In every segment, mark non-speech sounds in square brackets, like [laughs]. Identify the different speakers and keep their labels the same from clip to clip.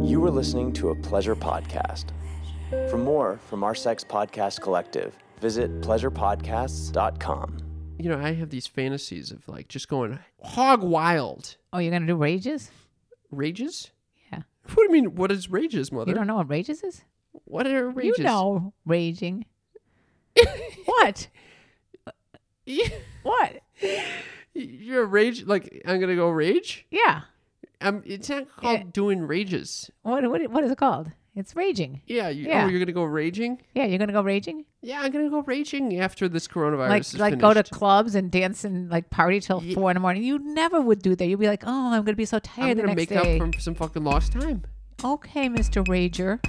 Speaker 1: You are listening to a pleasure podcast. For more from our Sex Podcast Collective, visit pleasurepodcasts.com.
Speaker 2: You know, I have these fantasies of like just going hog wild.
Speaker 3: Oh, you're gonna do rages?
Speaker 2: Rages?
Speaker 3: Yeah.
Speaker 2: What do you mean? What is rages, mother?
Speaker 3: You don't know what rages is?
Speaker 2: What are rages? [laughs]
Speaker 3: You know raging. [laughs] what? What?
Speaker 2: You're a rage. Like I'm gonna go rage.
Speaker 3: Yeah.
Speaker 2: Um, it's not called doing rages.
Speaker 3: What, what? What is it called? It's raging.
Speaker 2: Yeah. You,
Speaker 3: Yeah.
Speaker 2: Oh, you're gonna go raging.
Speaker 3: Yeah, you're gonna go raging.
Speaker 2: Yeah, I'm gonna go raging after this coronavirus
Speaker 3: like
Speaker 2: is
Speaker 3: like go to
Speaker 2: finished.
Speaker 3: clubs and dance and like party till
Speaker 2: Ye-
Speaker 3: four in the morning. You never would do that. You'd be like, oh, I'm gonna be so tired
Speaker 2: I'm
Speaker 3: the
Speaker 2: gonna
Speaker 3: next
Speaker 2: make
Speaker 3: day.
Speaker 2: up for some fucking lost time.
Speaker 3: okay, Mr. Rager.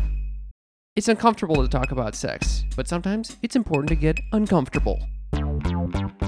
Speaker 2: It's uncomfortable to talk about sex, but sometimes it's important to get uncomfortable.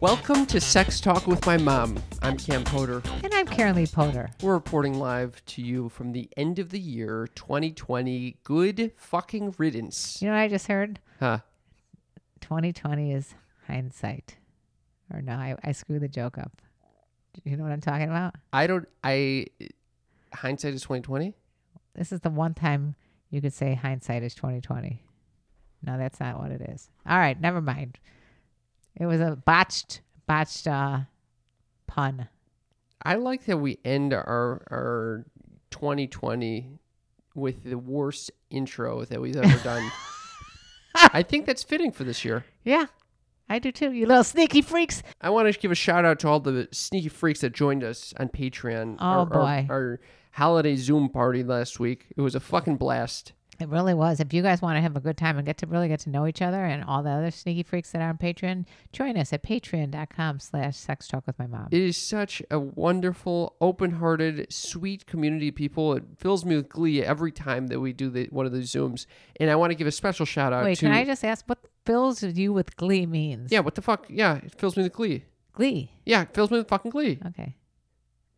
Speaker 2: Welcome to Sex Talk with My Mom. I'm Cam Potter.
Speaker 3: And I'm Karen Lee Potter.
Speaker 2: We're reporting live to you from the end of the year 2020. Good fucking riddance.
Speaker 3: You know what I just heard?
Speaker 2: Huh.
Speaker 3: 2020 is hindsight. Or no, I, I screwed the joke up. Do You know what I'm talking about?
Speaker 2: I don't I hindsight is 2020.
Speaker 3: This is the one time you could say hindsight is 2020. No, that's not what it is. All right, never mind. It was a botched, botched uh, pun.
Speaker 2: I like that we end our our 2020 with the worst intro that we've ever
Speaker 3: [laughs]
Speaker 2: done. I think that's fitting for this year.
Speaker 3: Yeah, I do too. You little sneaky freaks.
Speaker 2: I want to give a shout out to all the sneaky freaks that joined us on Patreon.
Speaker 3: Oh,
Speaker 2: our,
Speaker 3: boy.
Speaker 2: Our, our holiday Zoom party last week. It was a fucking blast.
Speaker 3: It really was. If you guys want to have a good time and get to really get to know each other and all the other sneaky freaks that are on Patreon, join us at patreon.com slash sex talk with my mom.
Speaker 2: It is such a wonderful, open-hearted, sweet community of people. It fills me with glee every time that we do the, one of these Zooms. And I want to give a special shout out
Speaker 3: Wait,
Speaker 2: Uh, to
Speaker 3: can I just ask what fills you with glee means?
Speaker 2: Yeah, what the fuck? Yeah, it fills me with glee.
Speaker 3: Glee.
Speaker 2: Yeah, it fills me with fucking glee.
Speaker 3: Okay.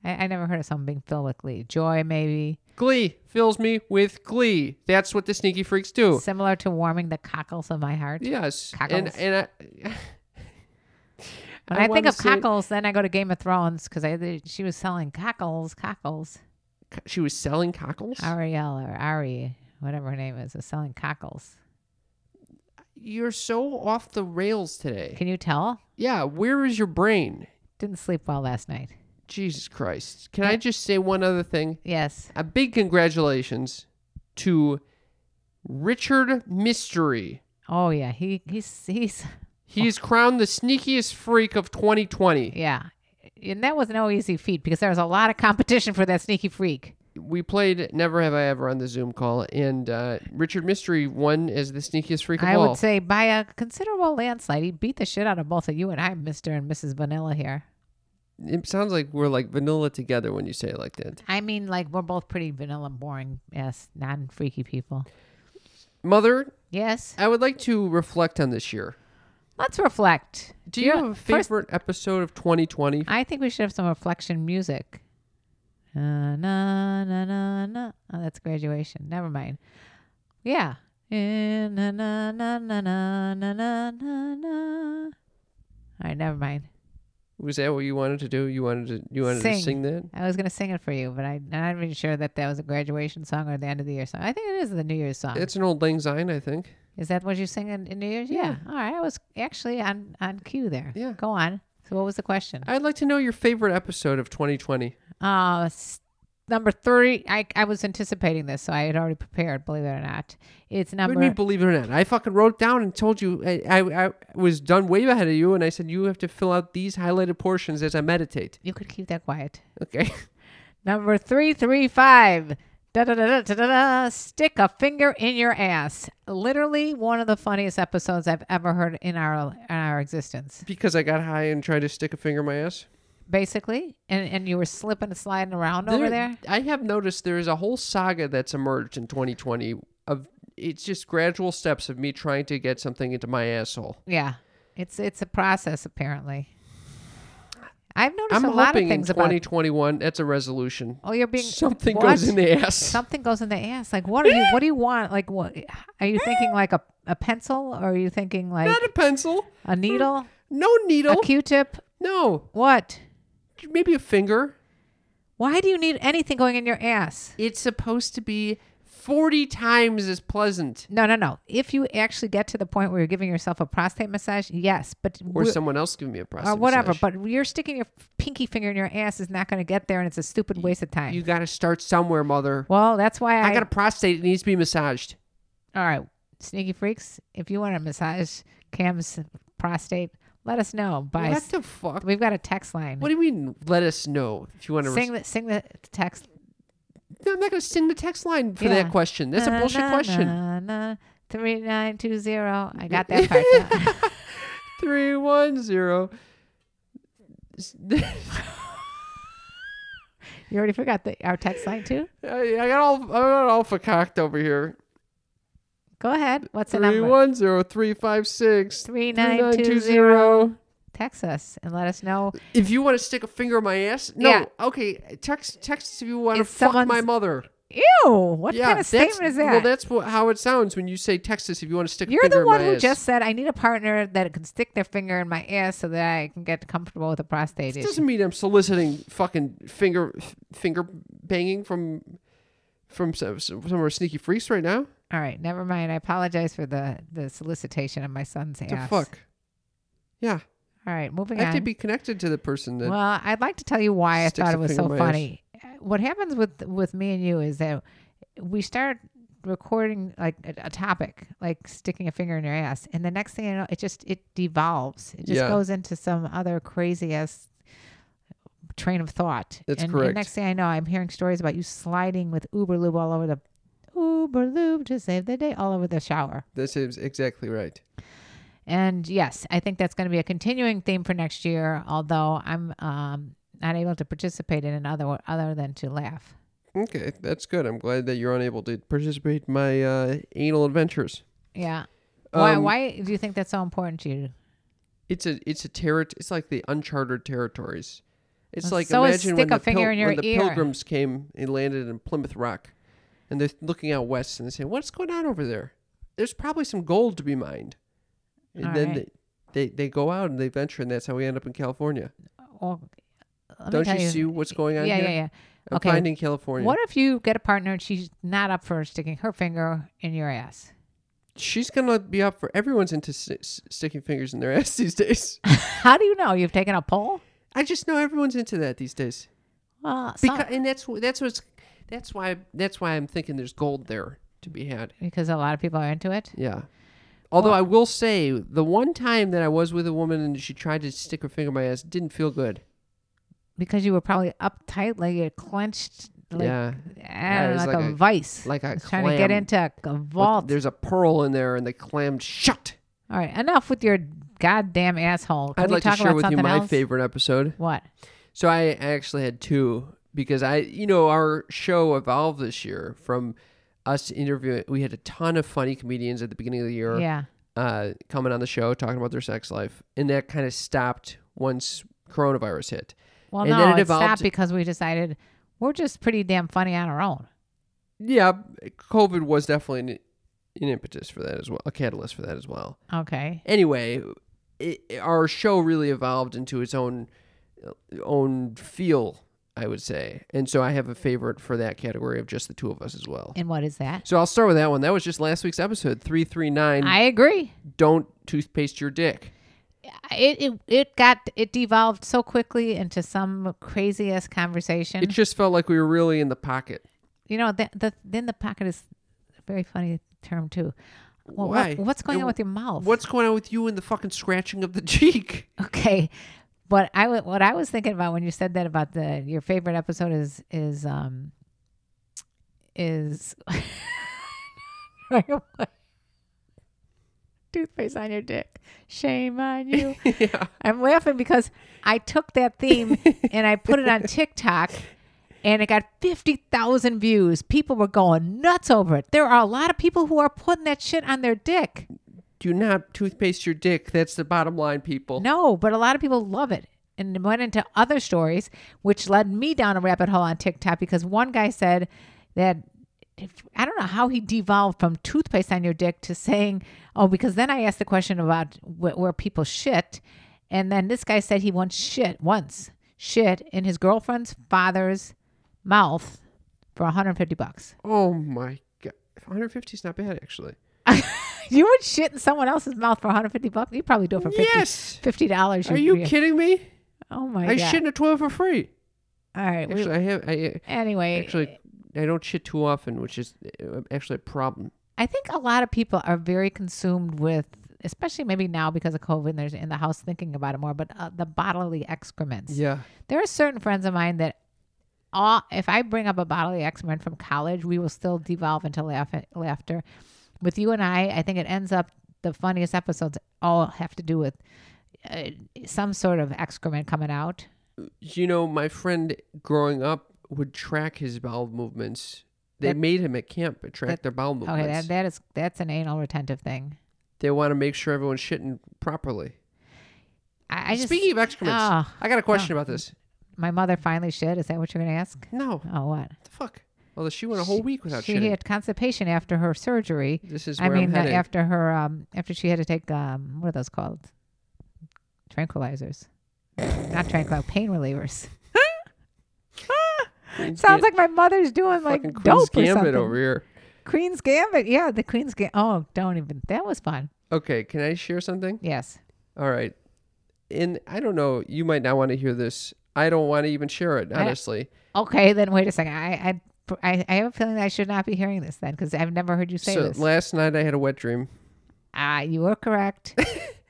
Speaker 3: I, I never heard of someone being filled with glee. Joy, maybe.
Speaker 2: Glee fills me with glee. That's what the sneaky freaks do.
Speaker 3: Similar to warming the cockles of my heart.
Speaker 2: Yes.
Speaker 3: Cockles.
Speaker 2: And and I [laughs]
Speaker 3: When I, think
Speaker 2: wanna
Speaker 3: of
Speaker 2: say-
Speaker 3: cockles, then I go to Game of Thrones because I she was selling cockles, cockles.
Speaker 2: Co- She was selling cockles.
Speaker 3: Ariel or Ari, whatever her name is, is selling cockles.
Speaker 2: You're so off the rails today.
Speaker 3: Can you tell?
Speaker 2: yeah, where is your brain?
Speaker 3: Didn't sleep well last night.
Speaker 2: Jesus Christ. Can I just say one other thing?
Speaker 3: Yes.
Speaker 2: A big congratulations to Richard Mystery.
Speaker 3: Oh yeah, he he's he's
Speaker 2: He is crowned the sneakiest freak of 2020.
Speaker 3: yeah, and that was no easy feat because there was a lot of competition for that sneaky freak.
Speaker 2: we played Never Have I Ever on the Zoom call, and uh, Richard Mystery won as the sneakiest freak of
Speaker 3: I
Speaker 2: all.
Speaker 3: would say by a considerable landslide, he beat the shit out of both of you and I, Mister and Mrs. Vanilla here.
Speaker 2: it sounds like we're like vanilla together when you say it like that.
Speaker 3: I mean, like we're both pretty vanilla, boring, yes, non freaky people.
Speaker 2: Mother,
Speaker 3: Yes.
Speaker 2: I would like to reflect on this year.
Speaker 3: Let's reflect.
Speaker 2: Do you
Speaker 3: Yeah,
Speaker 2: have a
Speaker 3: first-
Speaker 2: favorite episode of 2020?
Speaker 3: I think we should have some reflection music. Na, na, na, na, na. Oh, that's graduation. Never mind. Yeah. Eh, na, na, na, na, na, na, na, na, na. All right, never mind.
Speaker 2: Was that what you wanted to do? You wanted to you wanted
Speaker 3: Sing.
Speaker 2: to sing that?
Speaker 3: I was going to sing it for you, but I, I'm not even sure that that was a graduation song or the end of the year song. I think it is the New Year's song.
Speaker 2: It's an old lang syne, I think.
Speaker 3: is that what you sing in, in New Year's? Yeah. All right. I was actually on, on cue there.
Speaker 2: Yeah.
Speaker 3: Go on. So, what was the question?
Speaker 2: I'd like to know your favorite episode of 2020.
Speaker 3: Uh, s- number three, I, I was anticipating this, so I had already prepared, believe it or not.
Speaker 2: What
Speaker 3: It's
Speaker 2: do
Speaker 3: number.
Speaker 2: you mean, believe it or not? I fucking wrote down and told you I, I, I was done way ahead of you, and I said you have to fill out these highlighted portions as I meditate. [laughs]
Speaker 3: you could keep that quiet.
Speaker 2: Okay.
Speaker 3: Number 335. Da, da, da, da, da, da, da, stick a finger in your ass. Literally one of the funniest episodes I've ever heard in our in our existence.
Speaker 2: Because I got high and tried to stick a finger in my ass.
Speaker 3: Basically, and and you were slipping and sliding around over there.
Speaker 2: I have noticed there is a whole saga that's emerged in 2020 of it's just gradual steps of me trying to get something into my asshole.
Speaker 3: Yeah. It's it's a process apparently. I've noticed
Speaker 2: I'm
Speaker 3: a lot of
Speaker 2: hoping in
Speaker 3: things about
Speaker 2: 2021 that's a resolution.
Speaker 3: Oh, you're being
Speaker 2: Something
Speaker 3: what?
Speaker 2: goes in the ass.
Speaker 3: Something goes in the ass. Like what are you what do you want? Like what are you thinking like a, a pencil or are you thinking like
Speaker 2: Not a pencil.
Speaker 3: a needle?
Speaker 2: No needle.
Speaker 3: A Q-tip?
Speaker 2: no.
Speaker 3: What?
Speaker 2: Maybe a finger.
Speaker 3: Why do you need anything going in your ass?
Speaker 2: It's supposed to be 40 times as pleasant.
Speaker 3: No, no, no. If you actually get to the point where you're giving yourself a prostate massage, yes, but
Speaker 2: Or
Speaker 3: we're-
Speaker 2: someone else give me a prostate
Speaker 3: or uh, whatever.
Speaker 2: massage.
Speaker 3: But you're sticking your pinky finger in your ass is not going to get there, and it's a stupid waste of time.
Speaker 2: You got to start somewhere, mother.
Speaker 3: well, that's why I,
Speaker 2: I got a prostate. It needs to be massaged.
Speaker 3: All right, sneaky freaks. If you want to massage Cam's prostate, let us know. By
Speaker 2: What the fuck?
Speaker 3: we've got a text line.
Speaker 2: What do you mean? Let us know if you want to.
Speaker 3: sing the sing the text
Speaker 2: I'm not going to sing the text line for
Speaker 3: Yeah.
Speaker 2: that question. That's a
Speaker 3: Na,
Speaker 2: bullshit
Speaker 3: na,
Speaker 2: question.
Speaker 3: na, na, Three nine two zero. I got
Speaker 2: [laughs]
Speaker 3: that part. [laughs] down.
Speaker 2: Three one zero. [laughs]
Speaker 3: you already forgot the, our text line too.
Speaker 2: I I got all I got all cocked over here.
Speaker 3: Go ahead. What's the
Speaker 2: Three
Speaker 3: number?
Speaker 2: one zero three five six
Speaker 3: Three
Speaker 2: three
Speaker 3: nine
Speaker 2: nine
Speaker 3: two
Speaker 2: two
Speaker 3: zero.
Speaker 2: zero.
Speaker 3: Text us and let us know.
Speaker 2: If you want to stick a finger in my ass, no.
Speaker 3: Yeah.
Speaker 2: Okay, text text if you want to
Speaker 3: If
Speaker 2: fuck my
Speaker 3: someone's-
Speaker 2: mother.
Speaker 3: Ew! What
Speaker 2: yeah,
Speaker 3: kind of
Speaker 2: that's-
Speaker 3: statement is that?
Speaker 2: Well, that's what, how it sounds when you say text us if you want to stick a
Speaker 3: You're
Speaker 2: finger
Speaker 3: the
Speaker 2: in
Speaker 3: one
Speaker 2: my
Speaker 3: who
Speaker 2: ass.
Speaker 3: just said I need a partner that can stick their finger in my ass so that I can get comfortable with a prostate
Speaker 2: It
Speaker 3: issue.
Speaker 2: doesn't mean I'm soliciting fucking finger f- finger banging from from some, some some of our sneaky freaks right now.
Speaker 3: All right, never mind. I apologize for the the solicitation of my son's
Speaker 2: The
Speaker 3: ass.
Speaker 2: fuck. Yeah,
Speaker 3: All right, moving
Speaker 2: I have to
Speaker 3: on.
Speaker 2: be connected to the person that.
Speaker 3: well, I'd like to tell you why I
Speaker 2: sticks
Speaker 3: thought
Speaker 2: a
Speaker 3: it was
Speaker 2: finger
Speaker 3: so
Speaker 2: in my ass.
Speaker 3: funny. What happens with with me and you is that we start recording like a, a topic, like sticking a finger in your ass, and the next thing you know, it just it devolves. It just
Speaker 2: Yeah.
Speaker 3: goes into some other crazy ass train of thought.
Speaker 2: That's
Speaker 3: and, and
Speaker 2: correct.
Speaker 3: next thing I know, I'm hearing stories about you sliding with Uber Lube all over the Uber Lube to save the day, all over the shower.
Speaker 2: This is exactly right.
Speaker 3: And yes, I think that's going to be a continuing theme for next year. Although I'm um, not able to participate in another other than to laugh.
Speaker 2: Okay, that's good. I'm glad that you're unable to participate in my uh, anal adventures.
Speaker 3: Yeah. why?
Speaker 2: Um,
Speaker 3: Why do you think that's so important to you?
Speaker 2: It's a it's a terri- It's like the uncharted territories. It's
Speaker 3: Well,
Speaker 2: like
Speaker 3: so is
Speaker 2: imagine when
Speaker 3: stick
Speaker 2: the,
Speaker 3: a finger
Speaker 2: pil-
Speaker 3: in your
Speaker 2: when the
Speaker 3: ear.
Speaker 2: pilgrims came and landed in Plymouth Rock, and they're looking out west and they say, "What's going on over there? There's probably some gold to be mined." And
Speaker 3: All
Speaker 2: then
Speaker 3: right.
Speaker 2: they, they they go out and they venture, and that's how we end up in California.
Speaker 3: Well, let me
Speaker 2: Don't
Speaker 3: tell
Speaker 2: you see what's going on
Speaker 3: Yeah,
Speaker 2: here?
Speaker 3: yeah, yeah.
Speaker 2: I'm
Speaker 3: Okay.
Speaker 2: finding California.
Speaker 3: What if you get a partner and she's not up for sticking her finger in your ass?
Speaker 2: She's gonna be up for everyone's into s- s- sticking fingers in their [laughs] ass these days.
Speaker 3: How do you know? You've taken a poll.
Speaker 2: I just know everyone's into that these days.
Speaker 3: Well, some-
Speaker 2: Because and that's wh- that's what's that's why that's why I'm thinking there's gold there to be had.
Speaker 3: because a lot of people are into it.
Speaker 2: Yeah. Although I will say the one time that I was with a woman and she tried to stick her finger in my ass didn't feel good.
Speaker 3: Because you were probably uptight, like you clenched, like,
Speaker 2: yeah.
Speaker 3: I
Speaker 2: it
Speaker 3: don't know,
Speaker 2: was
Speaker 3: like,
Speaker 2: like
Speaker 3: a,
Speaker 2: a-
Speaker 3: vice,
Speaker 2: Like I
Speaker 3: Just trying to get into a- a vault.
Speaker 2: There's a pearl in there and they clammed shut.
Speaker 3: All right, enough with your goddamn asshole. Can
Speaker 2: I'd
Speaker 3: we
Speaker 2: like to
Speaker 3: talk
Speaker 2: share
Speaker 3: about
Speaker 2: with you
Speaker 3: something
Speaker 2: my
Speaker 3: else?
Speaker 2: favorite episode.
Speaker 3: What?
Speaker 2: So I actually had two because I, you know, our show evolved this year from us interviewing. We had a ton of funny comedians at the beginning of the year
Speaker 3: Yeah.
Speaker 2: uh, coming on the show talking about their sex life, and that kind of stopped once coronavirus hit.
Speaker 3: Well,
Speaker 2: And
Speaker 3: no,
Speaker 2: then it
Speaker 3: it's
Speaker 2: evolved-
Speaker 3: not because we decided we're just pretty damn funny on our own.
Speaker 2: Yeah, COVID was definitely an, an impetus for that as well, a catalyst for that as well.
Speaker 3: Okay.
Speaker 2: anyway, it, our show really evolved into its own uh, own feel, I would say. And so I have a favorite for that category of just the two of us as well.
Speaker 3: And what is that?
Speaker 2: So I'll start with that one. That was just last week's episode, 339
Speaker 3: I agree.
Speaker 2: Don't Toothpaste Your Dick.
Speaker 3: It, it it got it devolved so quickly into some crazy ass conversation.
Speaker 2: It just felt like we were really in the pocket.
Speaker 3: you know, the the then the pocket is a very funny term too. Well,
Speaker 2: Why?
Speaker 3: What, what's going
Speaker 2: It-
Speaker 3: on with your mouth?
Speaker 2: What's going on with you and the fucking scratching of the [laughs] cheek?
Speaker 3: Okay. But I wa- what I was thinking about when you said that about the your favorite episode is is um is [laughs] toothpaste on your dick. Shame on you.
Speaker 2: yeah.
Speaker 3: I'm laughing because I took that theme and I put it on TikTok and it got 50,000 views. People were going nuts over it. There are a lot of people who are putting that shit on their dick.
Speaker 2: Do not toothpaste your dick. That's the bottom line, people.
Speaker 3: No, but a lot of people love it and it went into other stories, which led me down a rabbit hole on TikTok because one guy said that if, I don't know how he devolved from toothpaste on your dick to saying, oh, because then I asked the question about wh- where people shit. And then this guy said he once shit, once shit in his girlfriend's father's mouth for 150 bucks.
Speaker 2: Oh my god, 150 is not bad actually.
Speaker 3: you would shit in someone else's mouth for 150 bucks? You probably do it for 50
Speaker 2: Yes.
Speaker 3: dollars.
Speaker 2: Are you kidding me?
Speaker 3: Oh my
Speaker 2: I
Speaker 3: god!
Speaker 2: shit in a toilet for free.
Speaker 3: All right. we- Eh.
Speaker 2: Actually, I have. I
Speaker 3: anyway,
Speaker 2: actually I don't shit too often, which is uh, actually a problem.
Speaker 3: I think a lot of people are very consumed with, especially maybe now because of COVID, and there's in the house thinking about it more, but uh, the bodily excrements.
Speaker 2: Yeah.
Speaker 3: There are certain friends of mine that, all, if I bring up a bodily excrement from college, we will still devolve into laugh, laughter. With you and I, I think it ends up the funniest episodes all have to do with uh, some sort of excrement coming out.
Speaker 2: You know, my friend growing up would track his bowel movements. They
Speaker 3: That-
Speaker 2: made him at camp track
Speaker 3: that-
Speaker 2: their bowel
Speaker 3: Okay,
Speaker 2: movements.
Speaker 3: that, that is that's an anal retentive thing.
Speaker 2: they want to make sure everyone's shitting properly.
Speaker 3: I, I just
Speaker 2: Speaking of excrements,
Speaker 3: Ah,
Speaker 2: I got a question about this.
Speaker 3: my mother finally shit. Is that what you're gonna ask?
Speaker 2: No, what
Speaker 3: Oh, what?
Speaker 2: the fuck? Although she went a whole week without
Speaker 3: she
Speaker 2: shitting.
Speaker 3: had constipation after her surgery.
Speaker 2: This is
Speaker 3: I
Speaker 2: where I
Speaker 3: mean,
Speaker 2: am
Speaker 3: not
Speaker 2: heading.
Speaker 3: after her, um, after she had to take um, what are those called? Tranquilizers, not tranquil, pain relievers. Sounds like my mother's doing like
Speaker 2: fucking Queen's
Speaker 3: dope or
Speaker 2: Gambit
Speaker 3: something.
Speaker 2: over here.
Speaker 3: Queen's Gambit, yeah, the Queen's Gambit. Oh, don't even. That was fun.
Speaker 2: Okay, can I share something?
Speaker 3: Yes.
Speaker 2: All right. And I don't know, you might not want to hear this. I don't want to even share it, honestly.
Speaker 3: Okay, then wait a second. I I I, I have a feeling I should not be hearing this then because I've never heard you say
Speaker 2: So
Speaker 3: this.
Speaker 2: last night I had a wet dream.
Speaker 3: Ah, you
Speaker 2: [laughs]
Speaker 3: were correct.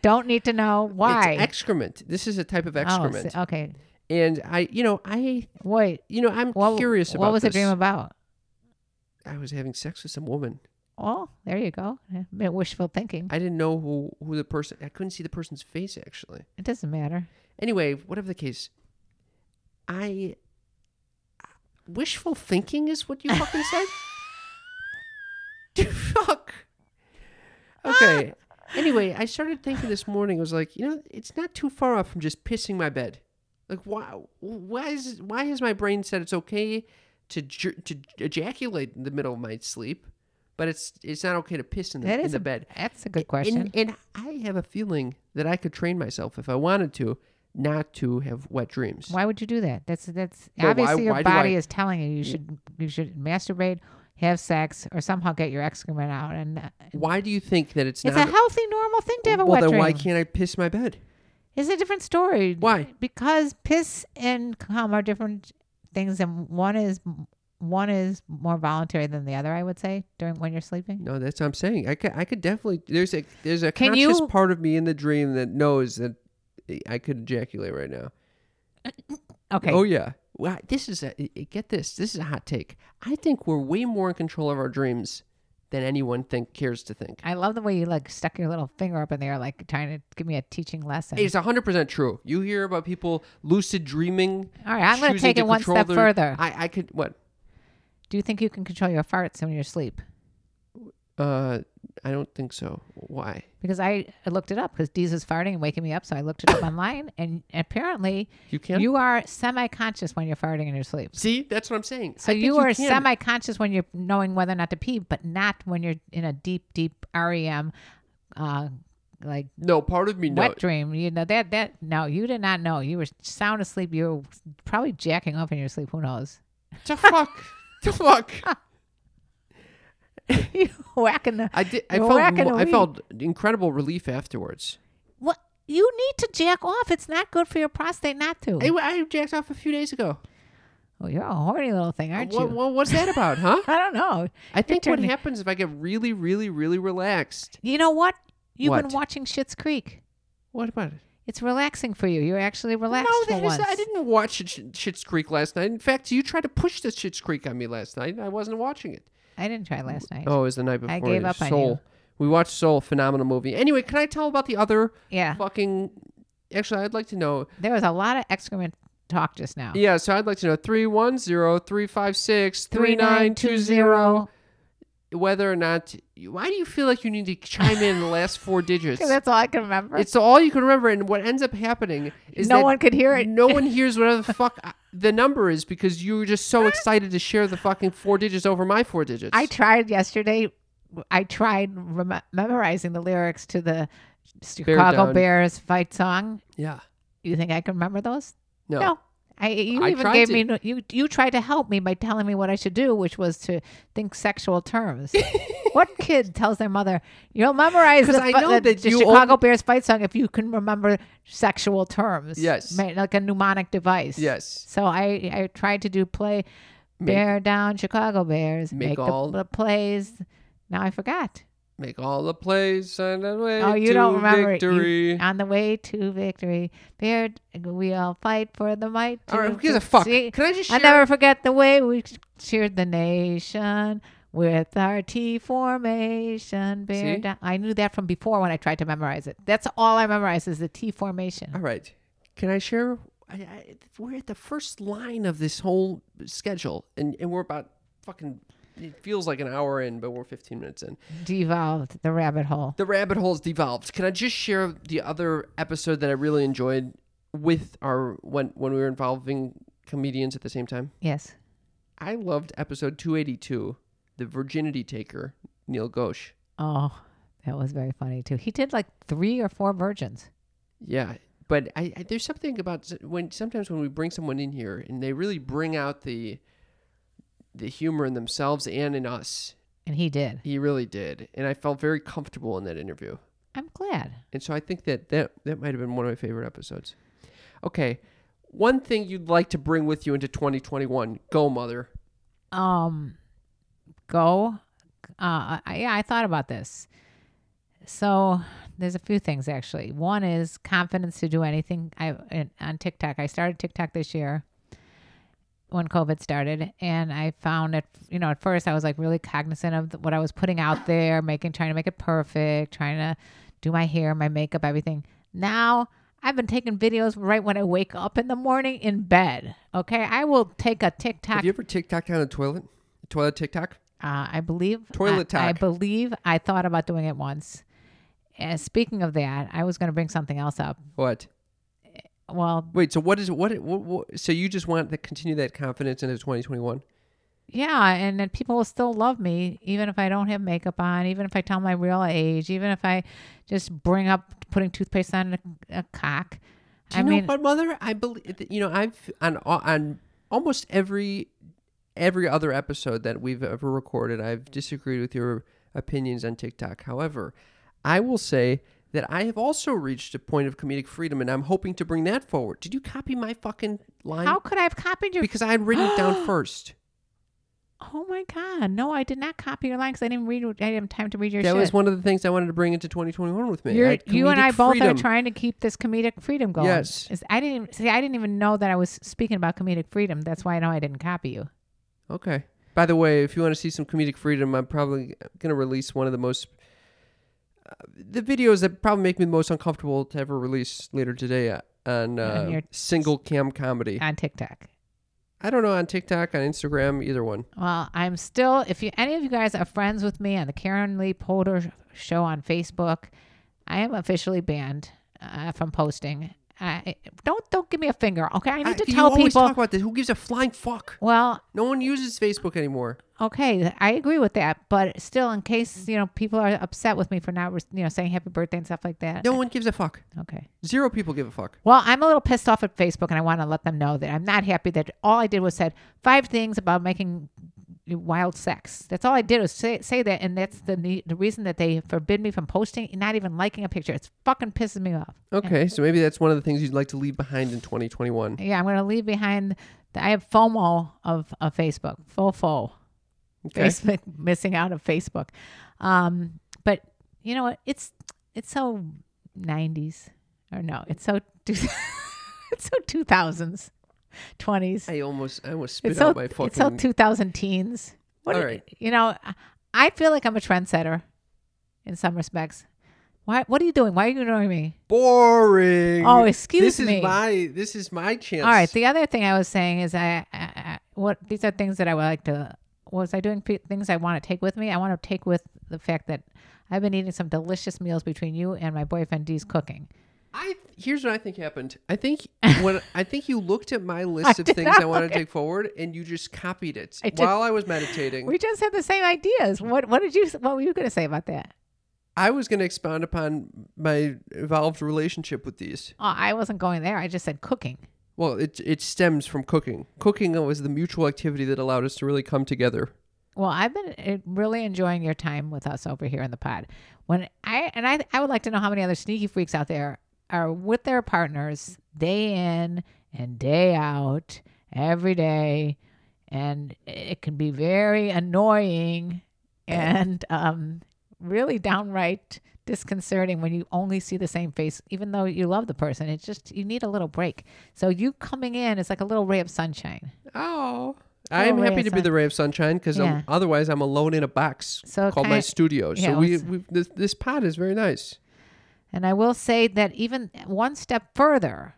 Speaker 3: don't need to know why.
Speaker 2: It's excrement. This is a type of
Speaker 3: Oh, so-
Speaker 2: excrement.
Speaker 3: okay.
Speaker 2: and I, you know, I,
Speaker 3: Wait.
Speaker 2: you know, I'm
Speaker 3: What,
Speaker 2: curious about
Speaker 3: what was
Speaker 2: this.
Speaker 3: the dream about?
Speaker 2: I was having sex with some woman.
Speaker 3: Oh, there you go. A bit wishful thinking.
Speaker 2: I didn't know who who the person. I couldn't see the person's face actually.
Speaker 3: It doesn't matter.
Speaker 2: Anyway, whatever the case, I wishful thinking is what
Speaker 3: [laughs]
Speaker 2: you fucking said. Dude, [laughs] Fuck.
Speaker 3: [laughs]
Speaker 2: Okay. Anyway, I started thinking this morning. I was like, you know, it's not too far off from just pissing my bed. Like, why? Why is? Why has my brain said it's okay to jer- to ejaculate in the middle of my sleep, but it's it's not okay to piss in the,
Speaker 3: That
Speaker 2: in
Speaker 3: is
Speaker 2: the
Speaker 3: a
Speaker 2: bed?
Speaker 3: That's a good question.
Speaker 2: And, and I have a feeling that I could train myself if I wanted to not to have wet dreams.
Speaker 3: why would you do that? That's that's
Speaker 2: Well, why-
Speaker 3: obviously
Speaker 2: why
Speaker 3: your
Speaker 2: do I-
Speaker 3: body is telling you you should you should masturbate, have sex, or somehow get your excrement out. And uh,
Speaker 2: Why do you think that it's
Speaker 3: it's
Speaker 2: not?
Speaker 3: a healthy, normal thing to have a
Speaker 2: well,
Speaker 3: wet
Speaker 2: then
Speaker 3: dream.
Speaker 2: why can't I piss my bed?
Speaker 3: It's a different story.
Speaker 2: Why?
Speaker 3: Because piss and cum are different things, and one is one is more voluntary than the other. I would say during when you're sleeping.
Speaker 2: No, that's what I'm saying. I could, I could definitely. There's a there's a
Speaker 3: Can
Speaker 2: conscious
Speaker 3: you-
Speaker 2: part of me in the dream that knows that I could ejaculate right now.
Speaker 3: Okay.
Speaker 2: Oh yeah. Wow, this is a i- get this. This is a hot take. I think we're way more in control of our dreams than anyone think cares to think.
Speaker 3: I love the way you like stuck your little finger up in there, like trying to give me a teaching lesson.
Speaker 2: It's 100% true. You hear about people lucid dreaming.
Speaker 3: All right, I'm gonna
Speaker 2: choosing
Speaker 3: take it one
Speaker 2: control
Speaker 3: step
Speaker 2: their-
Speaker 3: further.
Speaker 2: I, I could, what?
Speaker 3: Do you think you can control your farts when you're asleep?
Speaker 2: Uh, I don't think so. Why?
Speaker 3: Because I I looked it up because Deez was farting and waking me up, so I looked it up online, and apparently
Speaker 2: You can?
Speaker 3: you are semi-conscious when you're farting in your sleep.
Speaker 2: See, that's what I'm saying.
Speaker 3: So
Speaker 2: I think
Speaker 3: you are
Speaker 2: can.
Speaker 3: semi-conscious when you're knowing whether or not to pee, but not when you're in a deep, deep REM, uh, like
Speaker 2: No, part of me knows.
Speaker 3: wet dream. You know that that no, you did not know. You were sound asleep. You were probably jacking off in your sleep. Who knows? [laughs]
Speaker 2: [laughs] The fuck? the fuck?
Speaker 3: you whacking the.
Speaker 2: I did. I
Speaker 3: You're
Speaker 2: felt.
Speaker 3: whacking
Speaker 2: Mo-
Speaker 3: a
Speaker 2: I
Speaker 3: weed.
Speaker 2: felt incredible relief afterwards.
Speaker 3: What you need to jack off. It's not good for your prostate not to.
Speaker 2: I, I jacked off a few days ago.
Speaker 3: oh, you're a horny little thing, aren't
Speaker 2: What,
Speaker 3: you?
Speaker 2: what, what's that about, huh?
Speaker 3: I don't know. [laughs]
Speaker 2: I think what
Speaker 3: turned me-
Speaker 2: happens if I get really, really, really relaxed.
Speaker 3: You know what? You've
Speaker 2: What?
Speaker 3: been watching Shit's Creek.
Speaker 2: What about it?
Speaker 3: It's relaxing for you. You're actually relaxed
Speaker 2: no,
Speaker 3: for
Speaker 2: that
Speaker 3: once.
Speaker 2: is. I didn't watch Shit- Shit's Creek last night. In fact, you tried to push the Shit's Creek on me last night. and I wasn't watching it.
Speaker 3: I didn't try last night.
Speaker 2: Oh, it was the night before.
Speaker 3: I gave
Speaker 2: yeah.
Speaker 3: up on
Speaker 2: Soul.
Speaker 3: you.
Speaker 2: We watched Soul, phenomenal movie. Anyway, can I tell about the other
Speaker 3: yeah.
Speaker 2: fucking? Actually, I'd like to know.
Speaker 3: There was a lot of excrement talk just now.
Speaker 2: Yeah, so I'd like to know 310-356-3920
Speaker 3: 3920.
Speaker 2: whether or not why do you feel like you need to chime in the last
Speaker 3: [laughs]
Speaker 2: four digits?
Speaker 3: 'Cause that's all I can remember.
Speaker 2: It's all you can remember and what ends up happening is
Speaker 3: no
Speaker 2: that
Speaker 3: one could hear it.
Speaker 2: no one hears whatever the fuck I- the number is because you were just
Speaker 3: [laughs]
Speaker 2: so excited to share the fucking four digits over my four digits.
Speaker 3: I tried yesterday. I tried rem- memorizing the lyrics to the Chicago
Speaker 2: down.
Speaker 3: Bears fight song.
Speaker 2: yeah.
Speaker 3: You think I can remember those?
Speaker 2: No.
Speaker 3: I, you
Speaker 2: I
Speaker 3: even
Speaker 2: tried
Speaker 3: gave
Speaker 2: to.
Speaker 3: me no- you you tried to help me by telling me what I should do, which was to think sexual
Speaker 2: [laughs]
Speaker 3: terms. what kid tells their mother, "You'll memorize
Speaker 2: 'Cause
Speaker 3: the,
Speaker 2: I
Speaker 3: fu-
Speaker 2: know
Speaker 3: the-
Speaker 2: that
Speaker 3: the
Speaker 2: you
Speaker 3: Chicago
Speaker 2: only-
Speaker 3: Bears fight song if you can remember sexual terms"?
Speaker 2: Yes.
Speaker 3: Ma- like a mnemonic device.
Speaker 2: Yes.
Speaker 3: So I I tried to do play bear down Chicago Bears
Speaker 2: make
Speaker 3: make, the-
Speaker 2: all-
Speaker 3: the, plays. Now I forgot.
Speaker 2: Make all the plays and the way
Speaker 3: Oh, you
Speaker 2: to
Speaker 3: don't remember it. You-
Speaker 2: victory.
Speaker 3: on the way to victory, bear we all fight for the might.
Speaker 2: all right,
Speaker 3: to
Speaker 2: who gives a fuck?
Speaker 3: succeed.
Speaker 2: Can I just
Speaker 3: I
Speaker 2: share?
Speaker 3: never forget the way we cheered the nation with our T formation. Bear
Speaker 2: See?
Speaker 3: down. I knew that from before when I tried to memorize it. That's all I memorized is the T formation.
Speaker 2: All right. Can I share? I, I, we're at the first line of this whole schedule, and, and we're about fucking. It feels like an hour in, but we're 15 minutes in.
Speaker 3: Devolved the rabbit hole.
Speaker 2: The rabbit hole's devolved. Can I just share the other episode that I really enjoyed with our when when we were involving comedians at the same time?
Speaker 3: Yes.
Speaker 2: I loved episode 282, the virginity taker, Neil Ghosh.
Speaker 3: Oh, that was very funny too. He did like three or four virgins.
Speaker 2: Yeah, but I, I there's something about s- when sometimes when we bring someone in here and they really bring out the the humor in themselves and in us.
Speaker 3: And he did.
Speaker 2: He really did, and I felt very comfortable in that interview.
Speaker 3: I'm glad.
Speaker 2: And so I think that that, that might have been one of my favorite episodes. Okay, one thing you'd like to bring with you into 2021? Go, mother.
Speaker 3: um go uh I, yeah i thought about this so there's a few things actually one is confidence to do anything i in- on tiktok i started tiktok this year when covid started and i found that you know at first i was like really cognizant of what i was putting out there making trying to make it perfect trying to do my hair my makeup everything now i've been taking videos right when i wake up in the morning in bed okay i will take a tiktok
Speaker 2: Have you ever TikTok down the toilet? Toilet TikTok?
Speaker 3: uh, I believe
Speaker 2: Toilet
Speaker 3: I, I
Speaker 2: talk.
Speaker 3: believe I thought about doing it once. And speaking of that, I was going to bring something else up.
Speaker 2: What?
Speaker 3: Well,
Speaker 2: Wait. So what is what? What? what so you just want to continue that confidence into 2021?
Speaker 3: yeah, and then people will still love me even if I don't have makeup on, even if I tell my real age, even if I just bring up putting toothpaste on a, a cock.
Speaker 2: Do you
Speaker 3: I
Speaker 2: know
Speaker 3: mean,
Speaker 2: what, mother? I believe you know. I've on on almost every every other episode that we've ever recorded. I've disagreed with your opinions on TikTok. However, I will say that I have also reached a point of comedic freedom, and I'm hoping to bring that forward. Did you copy my fucking line?
Speaker 3: how could I have copied your?
Speaker 2: because I had written it
Speaker 3: [gasps]
Speaker 2: down first.
Speaker 3: oh my god, no, I did not copy your line because I didn't read. I didn't have time to read your.
Speaker 2: that
Speaker 3: shit.
Speaker 2: was one of the things I wanted to bring into 2021 with me. I
Speaker 3: You're,
Speaker 2: had
Speaker 3: you and
Speaker 2: comedic
Speaker 3: I both are
Speaker 2: freedom.
Speaker 3: trying to keep this comedic freedom going.
Speaker 2: Yes.
Speaker 3: Is- I didn't even- see. I didn't even know that I was speaking about comedic freedom. That's why I know I didn't copy you.
Speaker 2: Okay. By the way, if you want to see some comedic freedom, I'm probably going to release one of the most uh, the videos that probably make me the most uncomfortable to ever release later today uh, on
Speaker 3: On
Speaker 2: uh,
Speaker 3: your-
Speaker 2: single cam comedy.
Speaker 3: on TikTok.
Speaker 2: I don't know on TikTok, on Instagram, either one.
Speaker 3: Well, I'm still. If you any of you guys are friends with me on the Karen Lee Polder show on Facebook, I am officially banned uh, from posting. I, don't don't give me a finger, okay? I need to
Speaker 2: you
Speaker 3: tell
Speaker 2: always
Speaker 3: people.
Speaker 2: talk about this. Who gives a flying fuck?
Speaker 3: well,
Speaker 2: No one uses Facebook anymore.
Speaker 3: okay, I agree with that, but still, in case you know people are upset with me for not you know saying happy birthday and stuff like that.
Speaker 2: No one gives a fuck.
Speaker 3: Okay.
Speaker 2: Zero people give a fuck.
Speaker 3: Well, I'm a little pissed off at Facebook, and I want to let them know that I'm not happy that all I did was said five things about making wild sex. That's all I did was say, say that, and that's the ne- the reason that they forbid me from posting, and not even liking a picture. It's fucking pisses me off.
Speaker 2: Okay, so maybe that's one of the things you'd like to leave behind in 2021.
Speaker 3: Yeah, I'm gonna leave behind. The, I have FOMO of of Facebook, FOFO,
Speaker 2: Okay.
Speaker 3: [laughs] Facebook, missing out of Facebook. Um, but you know what? It's it's so 90s, or no, it's so [laughs] it's so 2000s, 20s.
Speaker 2: I almost I almost spit
Speaker 3: it's
Speaker 2: out
Speaker 3: so,
Speaker 2: my fucking
Speaker 3: it's so 2000 teens. What
Speaker 2: All
Speaker 3: do-
Speaker 2: right.
Speaker 3: You know, I- I feel like I'm a trendsetter in some respects. Why? What are you doing? Why are you ignoring me?
Speaker 2: Boring.
Speaker 3: Oh, excuse
Speaker 2: this
Speaker 3: me.
Speaker 2: Is my, this is my chance.
Speaker 3: All right. The other thing I was saying is I, I, I what these are things that I would like to. Was I doing p- things I want to take with me? I want to take with the fact that I've been eating some delicious meals between you and my boyfriend D's cooking.
Speaker 2: I here's what I think happened. I
Speaker 3: [laughs]
Speaker 2: think when I think you looked at my list of
Speaker 3: did
Speaker 2: things
Speaker 3: not
Speaker 2: I wanted
Speaker 3: look
Speaker 2: to take forward, and you just copied it
Speaker 3: I did.
Speaker 2: while I was meditating.
Speaker 3: We just had the same ideas. What What did you What were you going to say about that?
Speaker 2: I was going to expound upon my evolved relationship with these.
Speaker 3: Oh, I wasn't going there. I just said cooking.
Speaker 2: Well, it it stems from cooking. Cooking was the mutual activity that allowed us to really come together.
Speaker 3: Well, I've been uh, really enjoying your time with us over here in the pod. When I and I, I would like to know how many other sneaky freaks out there are with their partners day in and day out every day, and it can be very annoying and um, really downright disconcerting when you only see the same face, even though you love the person. It's just you need a little break. So you coming in is like a little ray of sunshine.
Speaker 2: Oh.
Speaker 3: Little
Speaker 2: I'm
Speaker 3: ray
Speaker 2: happy
Speaker 3: of
Speaker 2: to be
Speaker 3: sun.
Speaker 2: the ray of sunshine because
Speaker 3: Yeah.
Speaker 2: otherwise I'm alone in a box
Speaker 3: So it
Speaker 2: called my
Speaker 3: kinda-
Speaker 2: studio.
Speaker 3: yeah,
Speaker 2: so we,
Speaker 3: it's-
Speaker 2: we this, this pod is very nice.
Speaker 3: And I will say that even one step further,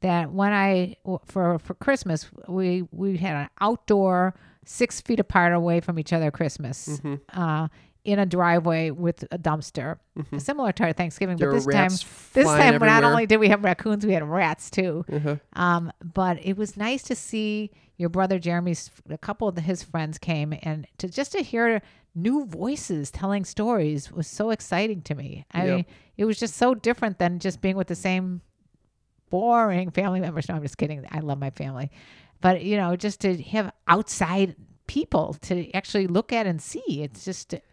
Speaker 3: that when I for for Christmas we we had an outdoor six feet apart away from each other Christmas
Speaker 2: Mm-hmm.
Speaker 3: uh, in a driveway with a dumpster, similar to our Thanksgiving.
Speaker 2: There
Speaker 3: but
Speaker 2: were
Speaker 3: this time,
Speaker 2: rats
Speaker 3: this
Speaker 2: flying
Speaker 3: time not
Speaker 2: everywhere.
Speaker 3: only did we have raccoons, we had rats too. Um, but it was nice to see your brother Jeremy's a couple of his friends came and to just to hear new voices telling stories was so exciting to me. I
Speaker 2: Yeah.
Speaker 3: mean, it was just so different than just being with the same boring family members. No, I'm just kidding. I love my family. But, you know, just to have outside people to actually look at and see, it's just, it-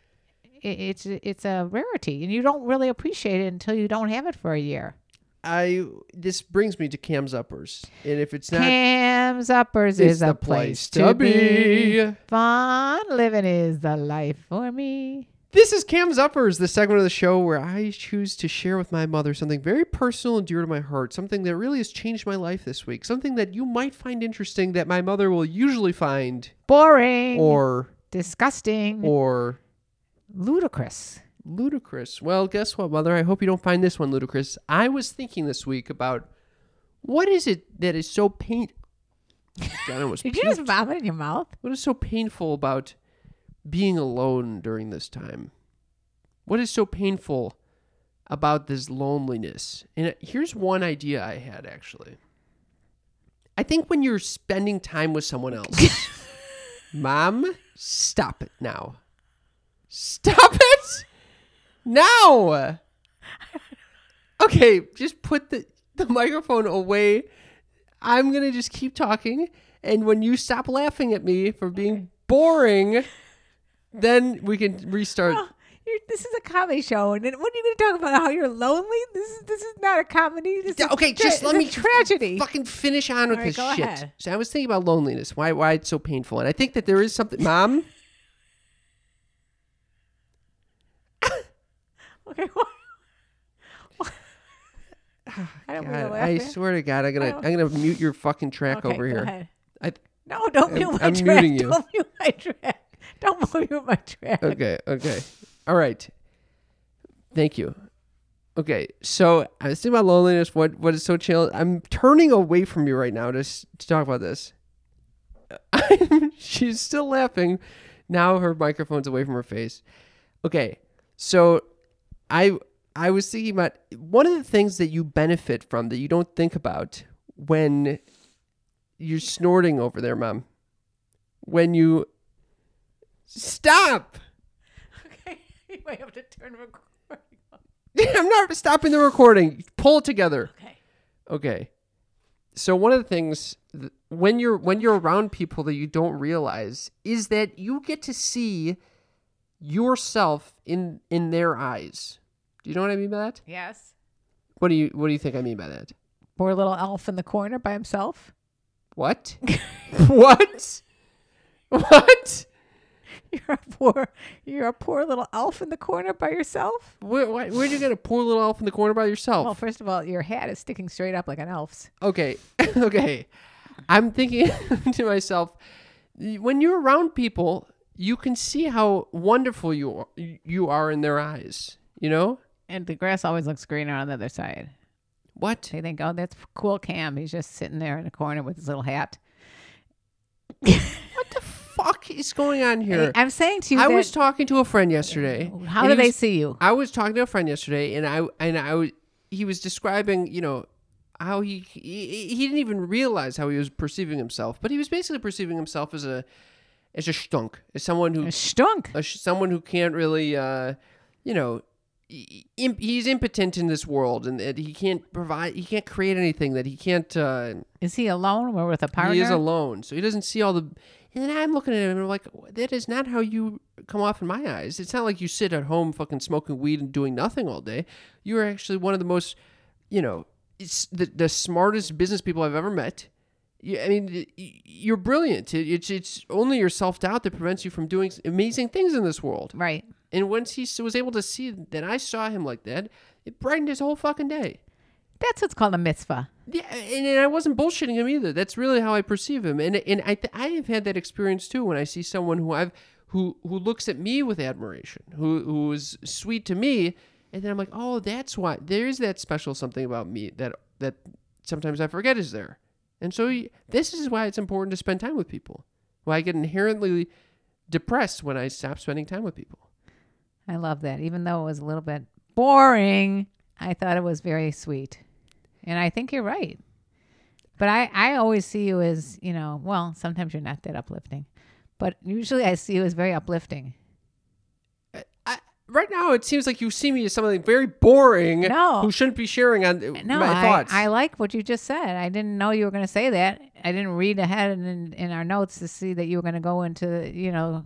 Speaker 3: it's, it's a rarity. And you don't really appreciate it until you don't have it for a year.
Speaker 2: I this brings me to Cam's uppers, and if it's not
Speaker 3: Cam's Uppers
Speaker 2: It's
Speaker 3: is a
Speaker 2: the
Speaker 3: place
Speaker 2: place
Speaker 3: to
Speaker 2: to
Speaker 3: be.
Speaker 2: be.
Speaker 3: Fun living is the life for me.
Speaker 2: This is Cam's Uppers, the segment of the show where I choose to share with my mother something very personal and dear to my heart, something that really has changed my life this week, something that you might find interesting that my mother will usually find
Speaker 3: Boring
Speaker 2: or
Speaker 3: disgusting,
Speaker 2: or
Speaker 3: ludicrous.
Speaker 2: ludicrous. Well, guess what, mother? I hope you don't find this one ludicrous. I was thinking this week about what is it that is so pain [laughs] God, I almost
Speaker 3: Did you
Speaker 2: puked.
Speaker 3: just vomit in your mouth?
Speaker 2: What is so painful about being alone during this time? What is so painful about this loneliness? And uh, here's one idea I had actually. I think when you're spending time with someone else, mom, stop it now. Stop it now. Okay, just put the, the microphone away. I'm going to just keep talking. And when you stop laughing at me for being boring, then we can restart.
Speaker 3: You're, this is a comedy show, and then what are you going to talk about? How you're lonely? This is this is not a comedy. This is a
Speaker 2: okay,
Speaker 3: tra-
Speaker 2: just let
Speaker 3: it's a
Speaker 2: me
Speaker 3: tragedy.
Speaker 2: Fucking finish on with
Speaker 3: All right,
Speaker 2: this
Speaker 3: go
Speaker 2: shit.
Speaker 3: ahead.
Speaker 2: So I was thinking about loneliness, why why it's so painful, and I think that there is something,
Speaker 3: [laughs]
Speaker 2: Mom.
Speaker 3: [laughs] Okay, what? I don't mean to
Speaker 2: God,
Speaker 3: laugh.
Speaker 2: I
Speaker 3: at-
Speaker 2: swear to God, I'm gonna
Speaker 3: don't-
Speaker 2: I'm gonna mute your fucking track
Speaker 3: okay,
Speaker 2: over
Speaker 3: go
Speaker 2: here.
Speaker 3: ahead.
Speaker 2: I,
Speaker 3: No, don't
Speaker 2: I'm-
Speaker 3: mute my
Speaker 2: I'm
Speaker 3: track.
Speaker 2: muting you.
Speaker 3: Don't mute my track. Don't mute my track.
Speaker 2: okay, okay, all right. Thank you. Okay, so I was thinking about loneliness. What what is so chill? I'm turning away from you right now to s- to talk about this. [laughs] She's still laughing. Now her microphone's away from her face. Okay, so I I was thinking about one of the things that you benefit from that you don't think about when you're snorting over there, mom. When you stop.
Speaker 3: Okay, [laughs] you might have to turn recording. off.
Speaker 2: [laughs] I'm not stopping the recording. Pull it together.
Speaker 3: Okay.
Speaker 2: Okay. So one of the things th- when you're when you're around people that you don't realize is that you get to see yourself in in their eyes. Do you know what I mean by that?
Speaker 3: Yes.
Speaker 2: What do you what do you think I mean by that?
Speaker 3: Poor little elf in the corner by himself. [laughs]
Speaker 2: What? what? What?
Speaker 3: You're a poor. You're a poor little elf in the corner by yourself.
Speaker 2: Where, where where'd you get a poor little elf in the corner by yourself?
Speaker 3: Well, first of all, your hat is sticking straight up like an elf's.
Speaker 2: okay [laughs] okay i'm thinking [laughs] to myself when you're around people you can see how wonderful you are, you are in their eyes you know
Speaker 3: and the grass always looks greener on the other side.
Speaker 2: What?
Speaker 3: They think, oh, that's cool, Cam. He's just sitting there in a corner with his little hat.
Speaker 2: What the fuck is going on here?
Speaker 3: I'm saying to you,
Speaker 2: I
Speaker 3: that- Oh,
Speaker 2: was talking to a friend yesterday.
Speaker 3: how
Speaker 2: and
Speaker 3: do
Speaker 2: he
Speaker 3: they
Speaker 2: was-
Speaker 3: see you?
Speaker 2: I was talking to a friend yesterday, and I and I was he was describing, you know, how he, he he didn't even realize how he was perceiving himself, but he was basically perceiving himself as a as a stunk, as someone who
Speaker 3: Stunk.
Speaker 2: a, sh- someone who can't really, uh, you know, i- imp- he's impotent in this world, and that he can't provide, he can't create anything that he can't. Uh,
Speaker 3: Is he alone or with a partner?
Speaker 2: he is alone, so he doesn't see all the. And then I'm looking at him and I'm like, that is not how you come off in my eyes. It's not like you sit at home fucking smoking weed and doing nothing all day. You are actually one of the most, you know, it's the, the smartest business people I've ever met. You, I mean, y- y- you're brilliant. It, it's it's only your self doubt that prevents you from doing s- amazing things in this world.
Speaker 3: Right.
Speaker 2: And once he s- was able to see that I saw him like that, it brightened his whole fucking day.
Speaker 3: That's what's called a mitzvah.
Speaker 2: Yeah, and, and I wasn't bullshitting him either. That's really how I perceive him. And and I th- I have had that experience too when I see someone who I've who who looks at me with admiration, who who is sweet to me, and then I'm like, oh, that's why there is that special something about me that that sometimes I forget is there. And so y- this is why it's important to spend time with people. Why I get inherently depressed when I stop spending time with people.
Speaker 3: I love that. Even though it was a little bit boring, I thought it was very sweet. And I think you're right. But I, I always see you as, you know, well, sometimes you're not that uplifting. But usually I see you as very uplifting.
Speaker 2: I, right now, it seems like you see me as something very boring
Speaker 3: No.
Speaker 2: who shouldn't be sharing on
Speaker 3: No,
Speaker 2: my
Speaker 3: I,
Speaker 2: thoughts.
Speaker 3: I like what you just said. I didn't know you were going to say that. I didn't read ahead in, in our notes to see that you were going to go into, you know,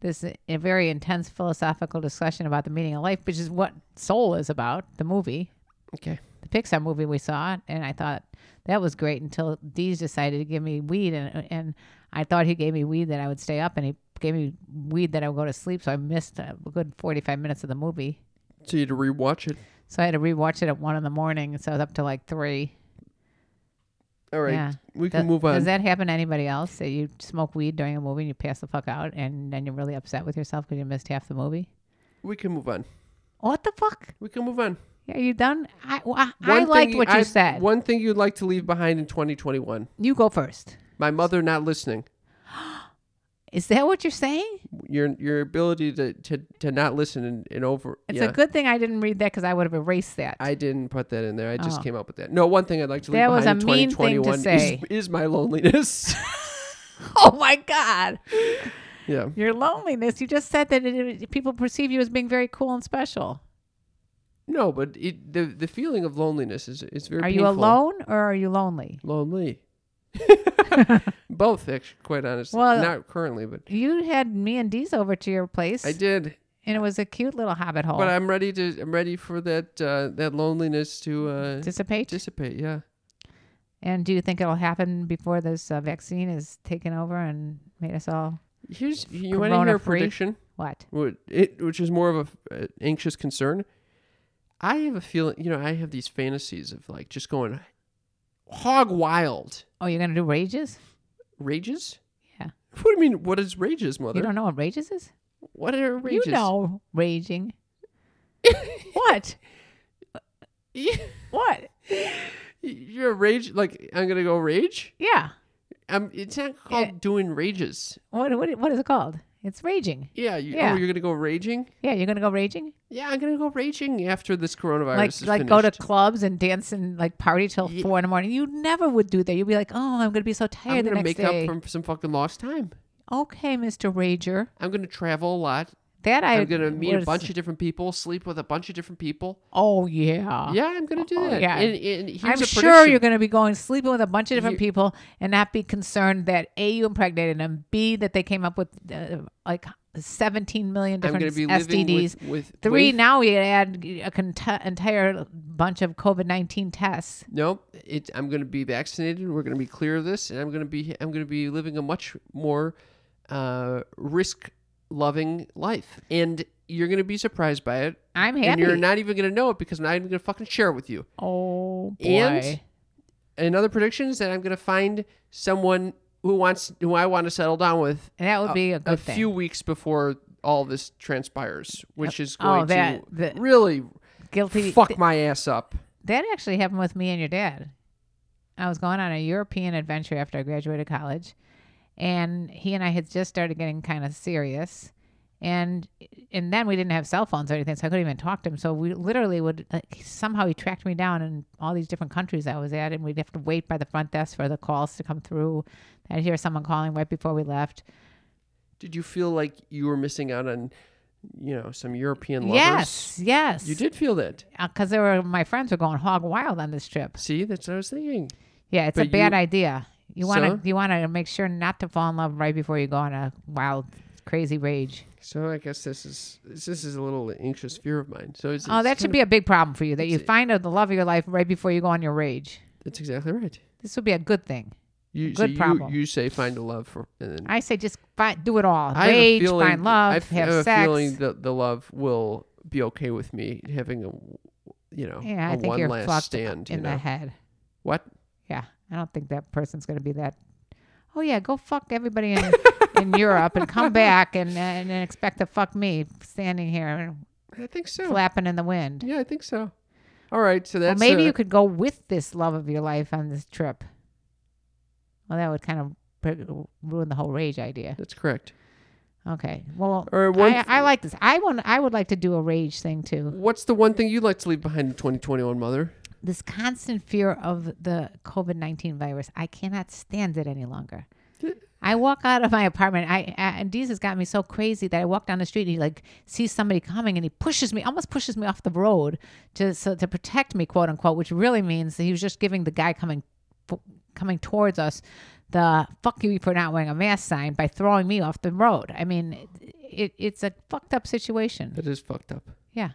Speaker 3: this uh, a very intense philosophical discussion about the meaning of life, which is what Soul is about, the movie.
Speaker 2: okay.
Speaker 3: the Pixar movie we saw, and I thought that was great until Deez decided to give me weed, and and I thought he gave me weed that I would stay up, and he gave me weed that I would go to sleep, so I missed a good forty five minutes of the movie.
Speaker 2: So you had to rewatch it.
Speaker 3: So I had to rewatch it at one in the morning, so I was up till like three.
Speaker 2: All right,
Speaker 3: Yeah.
Speaker 2: we
Speaker 3: Th-
Speaker 2: can move on.
Speaker 3: Does that happen to anybody else that you smoke weed during a movie and you pass the fuck out, and then you're really upset with yourself because you missed half the movie?
Speaker 2: we can move on.
Speaker 3: What the fuck?
Speaker 2: We can move on.
Speaker 3: Are you done? I well, I, I
Speaker 2: One
Speaker 3: liked
Speaker 2: thing
Speaker 3: what you
Speaker 2: I-
Speaker 3: said.
Speaker 2: One thing you'd like to leave behind in 2021.
Speaker 3: you go first.
Speaker 2: My mother not listening.
Speaker 3: Is that what you're saying?
Speaker 2: Your your ability to to, to not listen and, and over.
Speaker 3: It's
Speaker 2: yeah,
Speaker 3: a good thing I didn't read that because I would have erased that.
Speaker 2: I didn't put that in there. I just
Speaker 3: Oh.
Speaker 2: came up with that. No, one thing I'd like to leave
Speaker 3: That was
Speaker 2: behind in
Speaker 3: a mean thing to
Speaker 2: 2021
Speaker 3: say.
Speaker 2: [laughs] Is, is my loneliness.
Speaker 3: [laughs]
Speaker 2: [laughs]
Speaker 3: oh my God.
Speaker 2: yeah.
Speaker 3: Your loneliness. You just said that it, it- people perceive you as being very cool and special.
Speaker 2: No, but it, the the feeling of loneliness is is very.
Speaker 3: Are you
Speaker 2: painful.
Speaker 3: alone or are you lonely? [laughs]
Speaker 2: Lonely. Both, actually, quite honestly.
Speaker 3: Well-
Speaker 2: not currently, but
Speaker 3: You had me and Dee's over to your place,
Speaker 2: I did.
Speaker 3: and it was a cute little hobbit hole.
Speaker 2: But I'm ready to. I'm ready for that. Uh, that loneliness to uh,
Speaker 3: Dissipate.
Speaker 2: dissipate. Yeah.
Speaker 3: and do you think it'll happen before this uh, vaccine is taken over and made us all
Speaker 2: Here's you want to hear a
Speaker 3: Corona-free?
Speaker 2: prediction,
Speaker 3: what?
Speaker 2: wh- it, which is more of a uh, anxious concern. I have a feeling. You know, I have these fantasies of like just going hog wild.
Speaker 3: Oh, you're gonna do rages?
Speaker 2: Rages.
Speaker 3: Yeah.
Speaker 2: What do you mean? What is rages,
Speaker 3: You
Speaker 2: mother?
Speaker 3: don't know what rages is?
Speaker 2: What are rages?
Speaker 3: You know
Speaker 2: [laughs]
Speaker 3: raging. what? What?
Speaker 2: You're a rage. Like I'm gonna go rage.
Speaker 3: Yeah.
Speaker 2: Um, it's not called
Speaker 3: Yeah.
Speaker 2: doing rages.
Speaker 3: What, what what is it called? It's raging.
Speaker 2: Yeah. You,
Speaker 3: Yeah.
Speaker 2: Oh, you're gonna go raging.
Speaker 3: Yeah, you're gonna go raging.
Speaker 2: Yeah, I'm gonna go raging after this coronavirus
Speaker 3: like
Speaker 2: is
Speaker 3: like
Speaker 2: finished.
Speaker 3: go to clubs and dance and like party till
Speaker 2: Ye-
Speaker 3: four in the morning. You never would do that. You'd be like, oh, I'm gonna be so tired
Speaker 2: I'm
Speaker 3: the
Speaker 2: gonna
Speaker 3: next
Speaker 2: make
Speaker 3: day.
Speaker 2: up for some fucking lost time.
Speaker 3: okay, Mister Rager.
Speaker 2: I'm gonna travel a lot.
Speaker 3: That I
Speaker 2: I'm gonna meet a
Speaker 3: was-
Speaker 2: bunch of different people, sleep with a bunch of different people.
Speaker 3: Oh yeah.
Speaker 2: yeah, I'm gonna do
Speaker 3: oh,
Speaker 2: that.
Speaker 3: yeah.
Speaker 2: And, and here's
Speaker 3: I'm
Speaker 2: a
Speaker 3: sure
Speaker 2: prediction.
Speaker 3: you're going to be going sleeping with a bunch of different
Speaker 2: You-
Speaker 3: people and not be concerned that a you impregnated them, b that they came up with uh, like 17 million
Speaker 2: I'm
Speaker 3: different
Speaker 2: gonna be living
Speaker 3: STDs.
Speaker 2: with, with
Speaker 3: Three
Speaker 2: With,
Speaker 3: now we add a cont- entire bunch of COVID nineteen tests.
Speaker 2: nope. It, I'm gonna be vaccinated. We're gonna be clear of this, and I'm gonna be I'm gonna be living a much more uh, risk loving life. And you're gonna be surprised by it.
Speaker 3: I'm
Speaker 2: And
Speaker 3: happy.
Speaker 2: you're not even gonna know it because I'm not even gonna fucking share it with you.
Speaker 3: oh boy!
Speaker 2: And another prediction is that I'm going to find someone who wants who I want to settle down with
Speaker 3: And that would be a good
Speaker 2: a
Speaker 3: thing.
Speaker 2: few weeks before all this transpires, which is
Speaker 3: oh,
Speaker 2: going
Speaker 3: that-
Speaker 2: to
Speaker 3: that-
Speaker 2: really
Speaker 3: guilty.
Speaker 2: fuck my ass up.
Speaker 3: That actually happened with me and your dad. I was going on a European adventure after I graduated college, and he and I had just started getting kind of serious. And and then we didn't have cell phones or anything, so I couldn't even talk to him. So we literally would like, somehow he tracked me down in all these different countries I was at, and we'd have to wait by the front desk for the calls to come through. I'd hear someone calling right before we left.
Speaker 2: Did you feel like you were missing out on, you know, some European lovers?
Speaker 3: Yes, yes,
Speaker 2: You did feel that.
Speaker 3: because there Uh, were my friends were going hog wild on this trip.
Speaker 2: See, that's what I was thinking.
Speaker 3: Yeah, it's a
Speaker 2: But
Speaker 3: bad
Speaker 2: you-
Speaker 3: idea. You want to
Speaker 2: So?
Speaker 3: you want to make sure not to fall in love right before you go on a wild, crazy rage.
Speaker 2: So I guess this is this is a little anxious fear of mine. So it's,
Speaker 3: Oh,
Speaker 2: it's
Speaker 3: that should
Speaker 2: kinda-
Speaker 3: be a big problem for you that you
Speaker 2: it's a-
Speaker 3: find out the love of your life right before you go on your rage.
Speaker 2: That's exactly right.
Speaker 3: This would be a good thing.
Speaker 2: You,
Speaker 3: Good
Speaker 2: so
Speaker 3: problem.
Speaker 2: You, you say find a love for, and then
Speaker 3: I say just fi- do it all.
Speaker 2: I have a
Speaker 3: Rage,
Speaker 2: feeling-
Speaker 3: find love,
Speaker 2: I f-
Speaker 3: have,
Speaker 2: I have
Speaker 3: sex.
Speaker 2: a feeling that the love will be okay with me having a, you know,
Speaker 3: yeah,
Speaker 2: a
Speaker 3: I think
Speaker 2: one
Speaker 3: you're
Speaker 2: last
Speaker 3: fucked
Speaker 2: stand.
Speaker 3: in
Speaker 2: you
Speaker 3: the
Speaker 2: know
Speaker 3: head.
Speaker 2: what?
Speaker 3: Yeah, I don't think that person's going to be that. Oh yeah, go fuck
Speaker 2: [laughs]
Speaker 3: everybody in in Europe and come back and and expect to fuck me standing here
Speaker 2: I think so.
Speaker 3: flapping in the wind.
Speaker 2: Yeah, I think so. All right, so
Speaker 3: Well,
Speaker 2: that's
Speaker 3: maybe
Speaker 2: uh,
Speaker 3: you could go with this love of your life on this trip. Well, that would kind of pr- ruin the whole rage idea.
Speaker 2: That's correct.
Speaker 3: Okay. Well,
Speaker 2: Or one
Speaker 3: I, I like this. I want. I would like to do a rage thing too.
Speaker 2: What's the one thing you'd like to leave behind in 2021, Mother?
Speaker 3: This constant fear of the COVID nineteen virus. I cannot stand it any longer. I walk out of my apartment. I, I and Deez has got me so crazy that I walk down the street and he like sees somebody coming and he pushes me, almost pushes me off the road to so, to protect me, quote unquote, which really means that he was just giving the guy coming f- coming towards us the "fuck you for not wearing a mask" sign by throwing me off the road. I mean, it, it's a fucked up situation.
Speaker 2: That is fucked up.
Speaker 3: Yeah.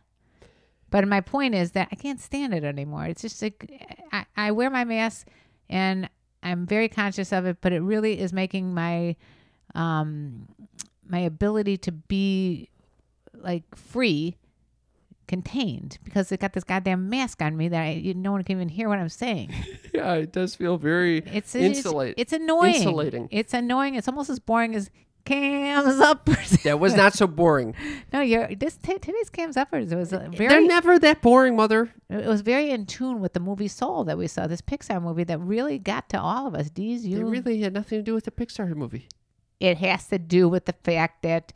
Speaker 3: But my point is that I can't stand it anymore. It's just like I, I wear my mask and I'm very conscious of it, but it really is making my um my ability to be like free contained because it got this goddamn mask on me that I, you, no one can even hear what I'm saying.
Speaker 2: Yeah, it does feel very
Speaker 3: It's
Speaker 2: insulate.
Speaker 3: It's, it's annoying.
Speaker 2: Insulating.
Speaker 3: It's annoying. It's almost as boring as cams up.
Speaker 2: that was not so boring.
Speaker 3: [laughs] no, you're this t- today's cams uppers. It was uh, very
Speaker 2: They're never that boring, Mother.
Speaker 3: it was very in tune with the movie Soul that we saw, this Pixar movie that really got to all of us. These
Speaker 2: They
Speaker 3: you
Speaker 2: really had nothing to do with the Pixar movie.
Speaker 3: it has to do with the fact that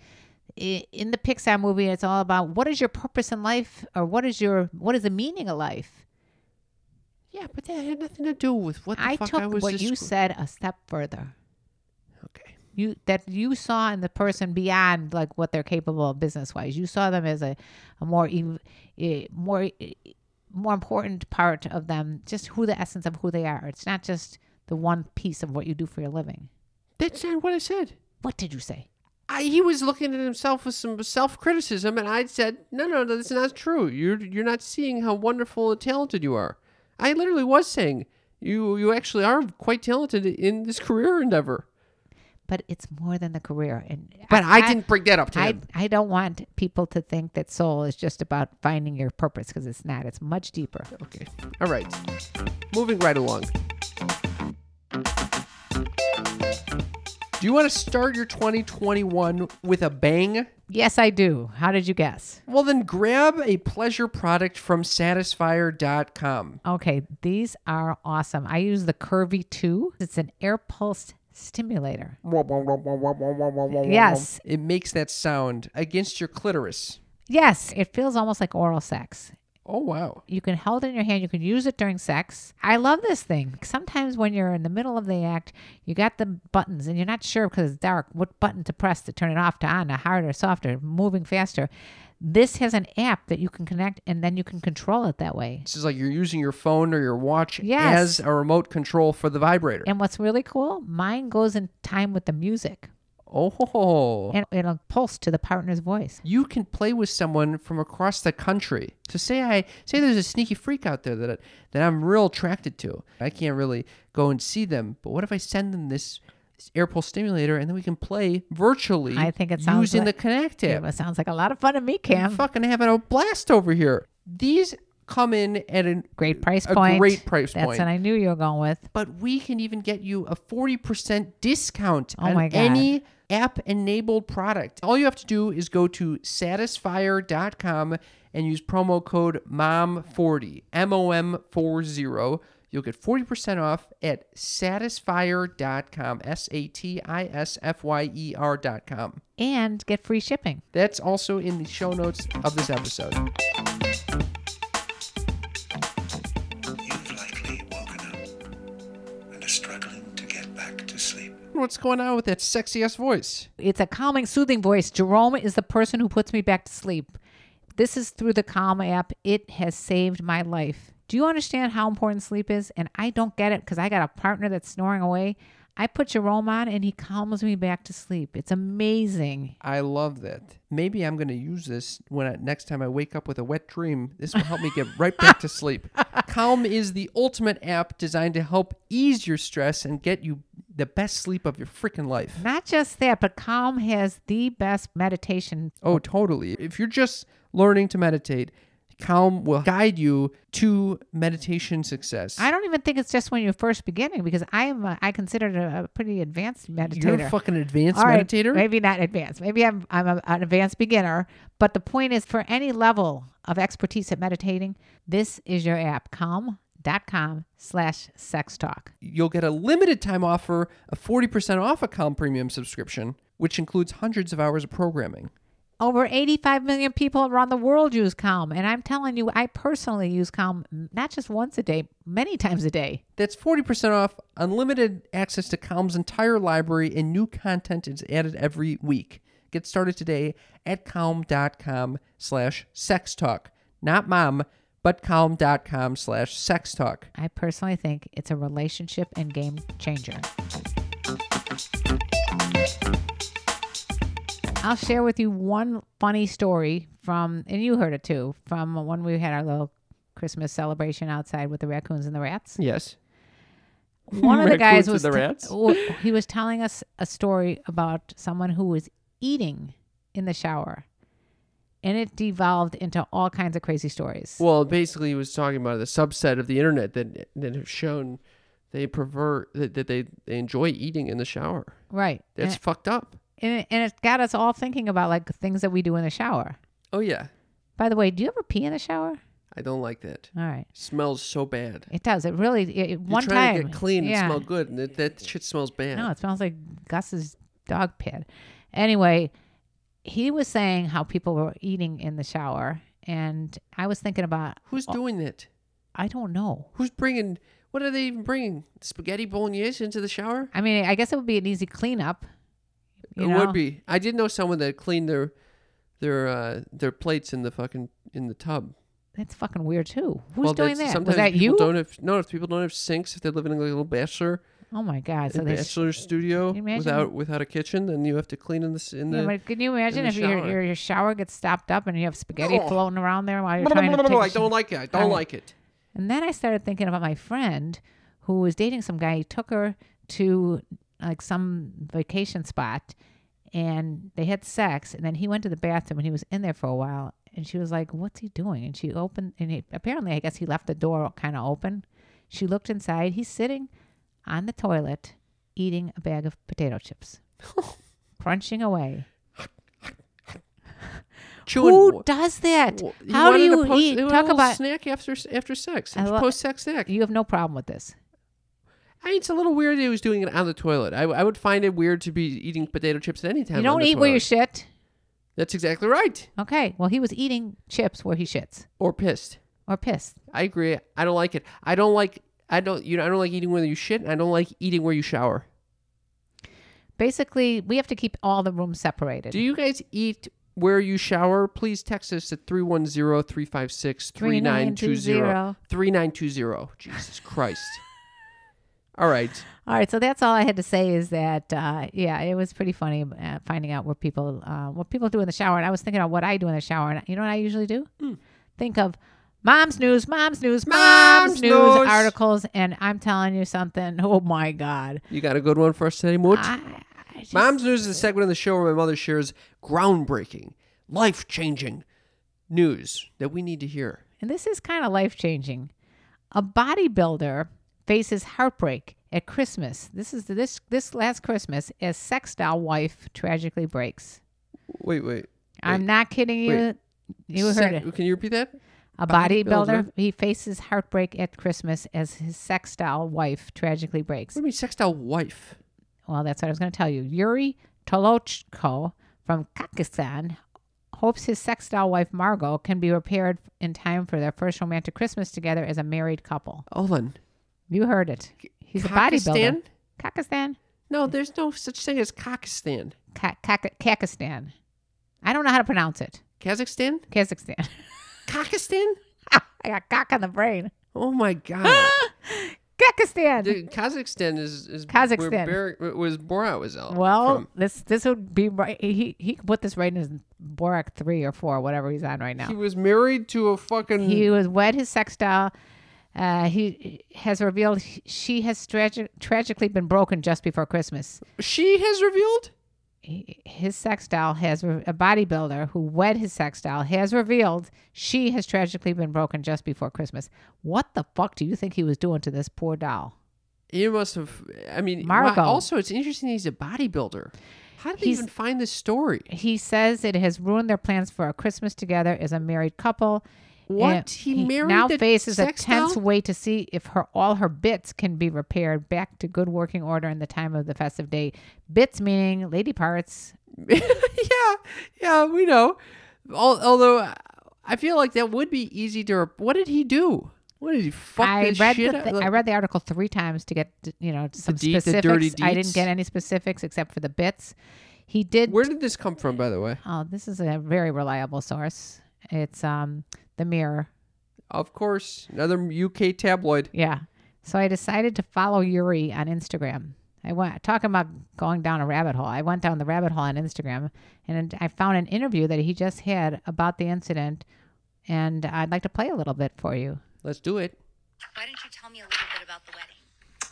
Speaker 3: i- in the Pixar movie it's all about what is your purpose in life or what is your what is the meaning of life?
Speaker 2: Yeah, but that had nothing to do with what the
Speaker 3: I
Speaker 2: fuck
Speaker 3: took
Speaker 2: I was
Speaker 3: what you
Speaker 2: descri-
Speaker 3: said a step further.
Speaker 2: Okay.
Speaker 3: You that you saw in the person beyond like what they're capable of business wise. You saw them as a, a more ev- eh, more eh, more important part of them, just who the essence of who they are. It's not just the one piece of what you do for your living.
Speaker 2: That's not what I said.
Speaker 3: What did you say?
Speaker 2: I, he was looking at himself with some self-criticism, and I said, "No, no, no, that's not true. You're you're not seeing how wonderful and talented you are." I literally was saying, "You you actually are quite talented in this career endeavor."
Speaker 3: But it's more than the career, and
Speaker 2: But I, didn't bring that up to
Speaker 3: I,
Speaker 2: him.
Speaker 3: I don't want people to think that soul is just about finding your purpose because it's not. It's much deeper.
Speaker 2: Okay. All right. Moving right along. Do you want to start your 2021 with a bang?
Speaker 3: Yes, I do. How did you guess?
Speaker 2: Well, then grab a pleasure product from satisfier.com.
Speaker 3: Okay, these are awesome. I use the Curvy 2. It's an air pulse stimulator. Yes.
Speaker 2: It makes that sound against your clitoris.
Speaker 3: Yes, it feels almost like oral sex.
Speaker 2: Oh, wow.
Speaker 3: You can hold it in your hand. You can use it during sex. I love this thing. Sometimes when you're in the middle of the act, you got the buttons and you're not sure because it's dark what button to press to turn it off to on, to harder, softer, moving faster. This has an app that you can connect and then you can control it that way.
Speaker 2: This is like you're using your phone or your watch
Speaker 3: Yes.
Speaker 2: as a remote control for the vibrator.
Speaker 3: And what's really cool, mine goes in time with the music
Speaker 2: Oh, ho, ho.
Speaker 3: and it'll pulse to the partner's voice.
Speaker 2: you can play with someone from across the country. So say I say there's a sneaky freak out there that that I'm real attracted to. I can't really go and see them, but what if I send them this, this air pulse stimulator and then we can play virtually?
Speaker 3: I think it sounds
Speaker 2: using
Speaker 3: like-
Speaker 2: the Connect
Speaker 3: Yeah,
Speaker 2: app.
Speaker 3: it sounds like a lot of fun to me,
Speaker 2: I'm
Speaker 3: Cam.
Speaker 2: fucking having a blast over here. These come in at an
Speaker 3: Great price
Speaker 2: a
Speaker 3: point.
Speaker 2: great price
Speaker 3: That's
Speaker 2: point.
Speaker 3: what I knew you were going with.
Speaker 2: but we can even get you a 40% discount
Speaker 3: Oh
Speaker 2: on
Speaker 3: my God.
Speaker 2: any app enabled product. All you have to do is go to satisfier.com and use promo code MOM40, M O M 40. You'll get 40% off at satisfier.com, S A T I S F Y E R.com.
Speaker 3: and get free shipping.
Speaker 2: That's also in the show notes of this episode.
Speaker 4: You've likely woken up and are struggling to get back to sleep.
Speaker 2: What's going on with that sexy ass voice?
Speaker 3: It's a calming, soothing voice. Jerome is the person who puts me back to sleep. This is through the Calm app. It has saved my life. Do you understand how important sleep is? And I don't get it because I got a partner that's snoring away. I put Jerome on and he calms me back to sleep. It's amazing.
Speaker 2: I love that. Maybe I'm going to use this when I, next time I wake up with a wet dream. This will help me get right back to
Speaker 3: [laughs]
Speaker 2: sleep. Calm is the ultimate app designed to help ease your stress and get you the best sleep of your freaking life.
Speaker 3: Not just that, but Calm has the best meditation.
Speaker 2: Oh, totally. If you're just learning to meditate, Calm will guide you to meditation success.
Speaker 3: I don't even think it's just when you're first beginning because I am a, I considered a, a pretty advanced meditator.
Speaker 2: You're a fucking advanced
Speaker 3: All right,
Speaker 2: meditator.
Speaker 3: Maybe not advanced. Maybe I'm I'm a, an advanced beginner. But the point is, for any level of expertise at meditating, this is your app. Calm.com slash sex talk.
Speaker 2: You'll get a limited time offer of 40% off a Calm premium subscription, which includes hundreds of hours of programming.
Speaker 3: Over 85 million people around the world use Calm, and I'm telling you, I personally use Calm mm, not just once a day, many times a day.
Speaker 2: That's 40% off, unlimited access to Calm's entire library, and new content is added every week. Get started today at calm.com slash sex talk. Not mom, but calm.com slash sex talk.
Speaker 3: I personally think it's a relationship and game changer. I'll share with you one funny story from, and you heard it too, from when we had our little Christmas celebration outside with the raccoons and the rats.
Speaker 2: [laughs] Yes.
Speaker 3: One of the
Speaker 2: Raccoons
Speaker 3: guys
Speaker 2: and
Speaker 3: was
Speaker 2: the
Speaker 3: te-
Speaker 2: rats?
Speaker 3: oh, he was telling us a story about someone who was eating in the shower, and it devolved into all kinds of crazy stories.
Speaker 5: Well, basically, he was talking about the subset of the internet that that have shown they pervert that, that they, they enjoy eating in the shower.
Speaker 3: right?
Speaker 5: That's
Speaker 3: and,
Speaker 5: fucked up.
Speaker 3: and, it- and it got us all thinking about like things that we do in the shower.
Speaker 5: Oh yeah,
Speaker 3: By the way, do you ever pee in the shower?
Speaker 5: I don't like that.
Speaker 3: All right,
Speaker 5: smells so bad.
Speaker 3: it does. It really. It, it-
Speaker 5: You're
Speaker 3: one
Speaker 5: trying
Speaker 3: time,
Speaker 5: to get clean
Speaker 3: yeah.
Speaker 5: and smell good, and that, that shit smells bad.
Speaker 3: No, it smells like Gus's dog pad. Anyway, he was saying how people were eating in the shower, and I was thinking about
Speaker 5: Who's doing that?
Speaker 3: I don't know.
Speaker 5: Who's bringing? What are they even bringing? Spaghetti bolognese into the shower?
Speaker 3: I mean, I guess it would be an easy cleanup. you
Speaker 5: it
Speaker 3: know?
Speaker 5: would be. I did know someone that cleaned their their uh, their plates in the fucking in the tub.
Speaker 3: That's fucking weird too. Who's
Speaker 5: Well,
Speaker 3: doing
Speaker 5: that's-
Speaker 3: that?
Speaker 5: sometimes
Speaker 3: Was that
Speaker 5: people
Speaker 3: you?
Speaker 5: Don't have, no, if people don't have sinks, if they live in like a little bachelor
Speaker 3: Oh my god! So
Speaker 5: in
Speaker 3: they.
Speaker 5: bachelor studio
Speaker 3: you imagine-
Speaker 5: without without a kitchen, then you have to clean in this in
Speaker 3: Yeah,
Speaker 5: the.
Speaker 3: but can you imagine
Speaker 5: the
Speaker 3: if your,
Speaker 5: shower.
Speaker 3: your your shower gets stopped up and you have spaghetti
Speaker 5: Ugh.
Speaker 3: floating around there while you're
Speaker 5: Blah, blah,
Speaker 3: trying to
Speaker 5: blah,
Speaker 3: take
Speaker 5: blah,
Speaker 3: a
Speaker 5: I
Speaker 3: sh-
Speaker 5: don't like it. I don't
Speaker 3: Alright.
Speaker 5: like it.
Speaker 3: And then I started thinking about my friend who was dating some guy. He took her to like some vacation spot and they had sex. And then he went to the bathroom and he was in there for a while. And she was like, What's he doing? And she opened, and he, apparently, I guess he left the door kind of open. She looked inside. He's sitting on the toilet eating a bag of
Speaker 5: [laughs]
Speaker 3: potato chips, crunching away.
Speaker 5: Chewing.
Speaker 3: Who does that?
Speaker 5: Wh-
Speaker 3: How do
Speaker 5: wanted a
Speaker 3: you
Speaker 5: post-
Speaker 3: eat?
Speaker 5: a
Speaker 3: Talk
Speaker 5: little
Speaker 3: about.
Speaker 5: snack after after sex.
Speaker 3: I lo-
Speaker 5: post sex snack.
Speaker 3: you have no problem with this.
Speaker 5: I mean, it's a little weird that he was doing it on the toilet. I, I would find it weird to be eating potato chips at any time.
Speaker 3: You
Speaker 5: on
Speaker 3: don't
Speaker 5: the
Speaker 3: eat where you
Speaker 5: toilet.
Speaker 3: shit.
Speaker 5: That's exactly right.
Speaker 3: Okay. Well, he was eating chips where he shits
Speaker 5: Or pissed.
Speaker 3: or pissed.
Speaker 5: I agree. I don't like it. I don't like. I don't. You know. I don't like eating where you shit. And I don't like eating where you shower.
Speaker 3: Basically, we have to keep all the rooms separated.
Speaker 5: Do you guys eat where you shower? Please text us at 310-356-3920.
Speaker 3: 3920.
Speaker 5: 3920. Jesus Christ. All right.
Speaker 3: all right. So that's all I had to say is that, uh, yeah, it was pretty funny uh, finding out what people uh, what people do in the shower. And I was thinking about what I do in the shower. And you know what I usually do?
Speaker 5: Hmm.
Speaker 3: Think of mom's news, mom's news, mom's,
Speaker 5: Mom's
Speaker 3: news,
Speaker 5: news.
Speaker 3: articles. And I'm telling you something. [laughs] Oh my God.
Speaker 5: You got a good one for us today, Moot?
Speaker 3: I, I just-
Speaker 5: Mom's News is a segment of the show where my mother shares groundbreaking, life changing news that we need to hear.
Speaker 3: and this is kind of life changing. A bodybuilder faces heartbreak at Christmas. This is this this last Christmas as sex doll wife tragically breaks.
Speaker 2: Wait, wait.
Speaker 3: I'm not kidding you.
Speaker 2: wait.
Speaker 3: You heard
Speaker 2: Sec-
Speaker 3: it.
Speaker 2: Can you repeat that?
Speaker 3: A
Speaker 2: bodybuilder.
Speaker 3: bodybuilder, he faces heartbreak at Christmas as his sextile wife tragically breaks.
Speaker 2: What do you mean, sextile wife?
Speaker 3: Well, that's what I was going to tell you. Yuri Tolochko from Kazakhstan hopes his sextile wife Margot can be repaired in time for their first romantic Christmas together as a married couple.
Speaker 2: Hold on.
Speaker 3: You heard it. He's a bodybuilder.
Speaker 2: Kazakhstan?
Speaker 3: Kazakhstan?
Speaker 2: No, there's no such thing as Kazakhstan.
Speaker 3: Ka- Kaka- Kazakhstan. I don't know how to pronounce it.
Speaker 2: Kazakhstan?
Speaker 3: Kazakhstan. [laughs]
Speaker 2: Kazakhstan?
Speaker 3: I got cock on the brain.
Speaker 2: Oh my
Speaker 3: [laughs]
Speaker 2: god.
Speaker 3: Kazakhstan.
Speaker 2: The Kazakhstan is, is
Speaker 3: Kazakhstan.
Speaker 2: Where Bar- was Borat was out.
Speaker 3: Well,
Speaker 2: from.
Speaker 3: this this would be right. He he could put this right in his Borak three or four, whatever he's on right now.
Speaker 2: he was married to a fucking.
Speaker 3: He was wed his sextile. Uh, he has revealed he- she has tragi- tragically been broken just before Christmas.
Speaker 2: she has revealed.
Speaker 3: He- His sextile has re- a bodybuilder who wed his sextile has revealed she has tragically been broken just before Christmas. What the fuck do you think he was doing to this poor doll?
Speaker 2: You must have. I mean, wow,
Speaker 3: Margot.
Speaker 2: also, it's interesting. He's a bodybuilder. How did they
Speaker 3: He's-
Speaker 2: even find this story? [laughs]
Speaker 3: He says it has ruined their plans for a Christmas together as a married couple.
Speaker 2: What?
Speaker 3: And
Speaker 2: He married
Speaker 3: now
Speaker 2: the
Speaker 3: faces a
Speaker 2: sex
Speaker 3: tense
Speaker 2: doll?
Speaker 3: way to see if her all her bits can be repaired back to good working order in the time of the festive day. Bits meaning lady parts.
Speaker 2: yeah, yeah, we know. Al- Although uh, I feel like that would be easy to. Rep- what did he do? What did he fuck
Speaker 3: I
Speaker 2: this
Speaker 3: read
Speaker 2: shit?
Speaker 3: the
Speaker 2: up?
Speaker 3: thi- I read the article three times to get you know some
Speaker 2: deed- the
Speaker 3: specifics.
Speaker 2: dirty
Speaker 3: I
Speaker 2: deeds?
Speaker 3: didn't get any specifics except for the bits. He did.
Speaker 2: Where did this come from, by the way?
Speaker 3: oh, this is a very reliable source. It's um the Mirror.
Speaker 2: Of course, another UK tabloid.
Speaker 3: Yeah. So I decided to follow Yuri on Instagram. I went talking about going down a rabbit hole. I went down the rabbit hole on Instagram, and I found an interview that he just had about the incident, and I'd like to play a little bit for you.
Speaker 2: Let's do it.
Speaker 6: Why don't you tell me a little bit about the wedding?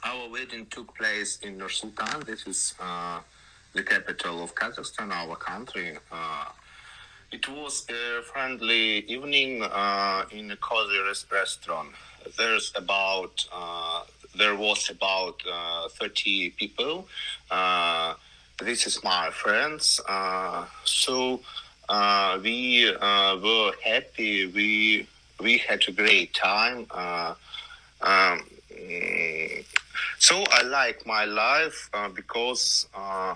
Speaker 7: Our wedding took place in Nur Sultan. This is uh, the capital of Kazakhstan, our country. Uh, it was a friendly evening uh, in a cozy res- restaurant. There's about uh, there was about uh, thirty people. Uh, this is my friends. Uh, so uh, we uh, were happy. We we had a great time. Uh, um, mm, so I like my life uh, because uh,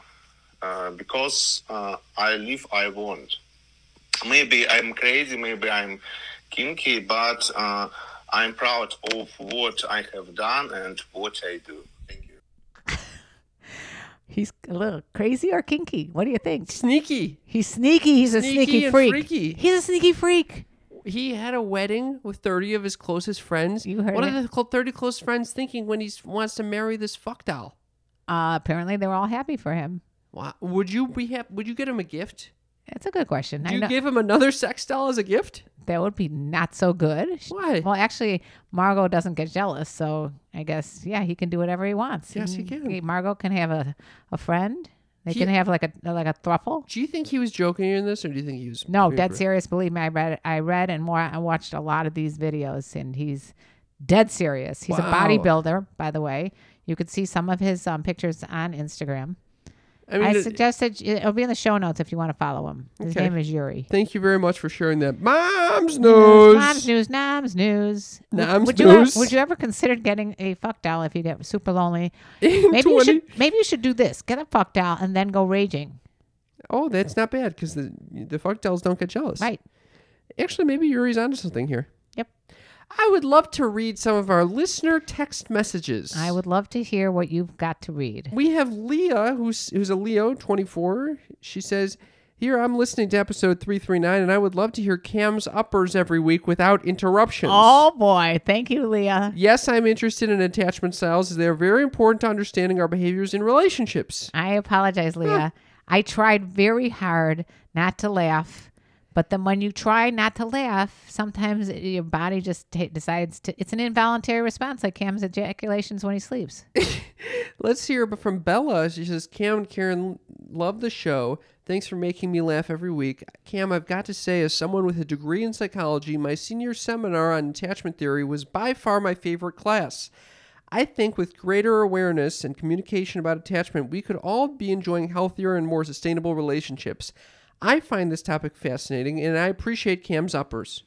Speaker 7: uh, because uh, I live I want. Maybe I'm crazy, maybe I'm kinky, but uh, I'm proud of what I have done and what I do. Thank you.
Speaker 3: He's a little crazy or kinky. What do you think?
Speaker 2: Sneaky.
Speaker 3: He's sneaky. He's a
Speaker 2: Sneaky
Speaker 3: sneaky
Speaker 2: and
Speaker 3: freak.
Speaker 2: freaky.
Speaker 3: He's a sneaky freak.
Speaker 2: He had a wedding with 30 of his closest friends.
Speaker 3: You heard
Speaker 2: what
Speaker 3: it.
Speaker 2: are the cl- 30 close friends thinking when he wants to marry this fuck doll?
Speaker 3: Uh, apparently, they were all happy for him.
Speaker 2: Why, would you be hap- Would you get him a gift?
Speaker 3: That's a good question.
Speaker 2: Do
Speaker 3: I
Speaker 2: you
Speaker 3: know
Speaker 2: give him another sex doll as a gift?
Speaker 3: that would be not so good. Sh-
Speaker 2: Why?
Speaker 3: Well, actually, Margot doesn't get jealous, so I guess yeah, he can do whatever he wants.
Speaker 2: Yes, he
Speaker 3: Mm,
Speaker 2: can.
Speaker 3: Margot can have a, a friend. They
Speaker 2: He-
Speaker 3: can have like a like a thruffle.
Speaker 2: Do you think he was joking in this, or do you think he was?
Speaker 3: No,
Speaker 2: being
Speaker 3: dead
Speaker 2: for-
Speaker 3: serious. Believe me, I read I read and more. I watched a lot of these videos, and he's dead serious. He's
Speaker 2: Wow.
Speaker 3: a bodybuilder, by the way. You could see some of his um, pictures on Instagram.
Speaker 2: I
Speaker 3: I,
Speaker 2: mean, it-
Speaker 3: suggested it'll be in the show notes if you want to follow him. His
Speaker 2: Okay.
Speaker 3: name is Yuri.
Speaker 2: thank you very much for sharing that. Mom's news. [laughs]
Speaker 3: Noms news, noms news. Would-
Speaker 2: Noms
Speaker 3: would, you ever,
Speaker 2: news.
Speaker 3: would you ever consider getting a fuck doll if you get super lonely?
Speaker 2: In
Speaker 3: Maybe you
Speaker 2: 20
Speaker 3: should maybe you should do this. Get a fuck doll and then go raging.
Speaker 2: Oh, that's not bad because the the fuck dolls don't get jealous.
Speaker 3: Right.
Speaker 2: Actually, maybe Yuri's onto something here.
Speaker 3: Yep.
Speaker 2: I would love to read some of our listener text messages.
Speaker 3: I would love to hear what you've got to read.
Speaker 2: We have Leah, who's who's a Leo, 24. She says, "Here I'm listening to episode 339, and I would love to hear Cam's uppers every week without interruptions."
Speaker 3: Oh boy. Thank you, Leah.
Speaker 2: Yes, I'm interested in attachment styles as they are very important to understanding our behaviors in relationships.
Speaker 3: I apologize, Leah. I tried very hard not to laugh, but then when you try not to laugh, sometimes it- your body just ta decides to. It's an involuntary response, like Cam's ejaculations when
Speaker 2: [laughs]
Speaker 3: he sleeps.
Speaker 2: Let's hear from Bella. She says, Cam and Karen love the show. Thanks for making me laugh every week. Cam, I've got to say, as someone with a degree in psychology, my senior seminar on attachment theory was by far my favorite class. I think with greater awareness and communication about attachment, we could all be enjoying healthier and more sustainable relationships. I find this topic fascinating and I appreciate Cam's uppers.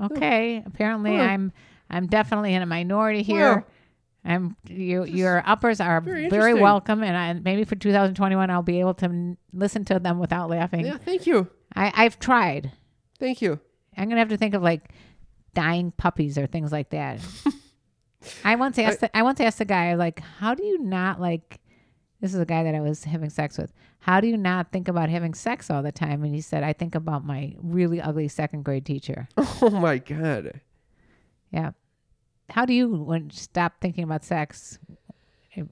Speaker 3: Okay. Apparently, I'm I'm definitely in a minority here. I'm you. Your uppers are very,
Speaker 2: interesting.
Speaker 3: welcome, and I, maybe for 2021, I'll be able to n- listen to them without laughing.
Speaker 2: Yeah, thank you.
Speaker 3: I, I've tried.
Speaker 2: Thank you. [laughs]
Speaker 3: I'm gonna have to think of like dying puppies or things
Speaker 2: [laughs]
Speaker 3: like that. I once asked the, I once asked a guy like, how do you not like? This is a guy that I was having sex with. How do you not think about having sex all the time? And he said, I think about my really ugly second
Speaker 2: [laughs]
Speaker 3: grade teacher.
Speaker 2: Oh my God.
Speaker 3: yeah. How do you when stop thinking about sex?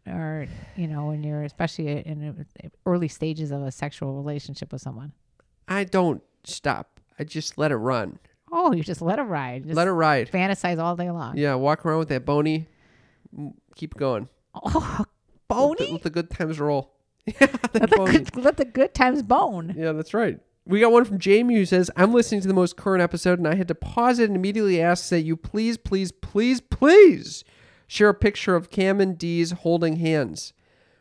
Speaker 3: Or you know when you're especially in early stages of a sexual relationship with someone.
Speaker 2: I don't stop. I just let it run.
Speaker 3: Oh, you just let it ride. Just
Speaker 2: let it ride.
Speaker 3: fantasize all day long.
Speaker 2: Yeah, walk around with that bony. Mm, Keep going.
Speaker 3: Oh,
Speaker 2: Let
Speaker 3: bony.
Speaker 2: the, let the good times roll. [laughs] yeah, that
Speaker 3: Let the,
Speaker 2: bony.
Speaker 3: good, let the good times bone.
Speaker 2: Yeah, that's right. We got one from Jamie who says, I'm listening to the most current episode and I had to pause it and immediately ask that you please, please, please, please share a picture of Cam and Dee's holding hands.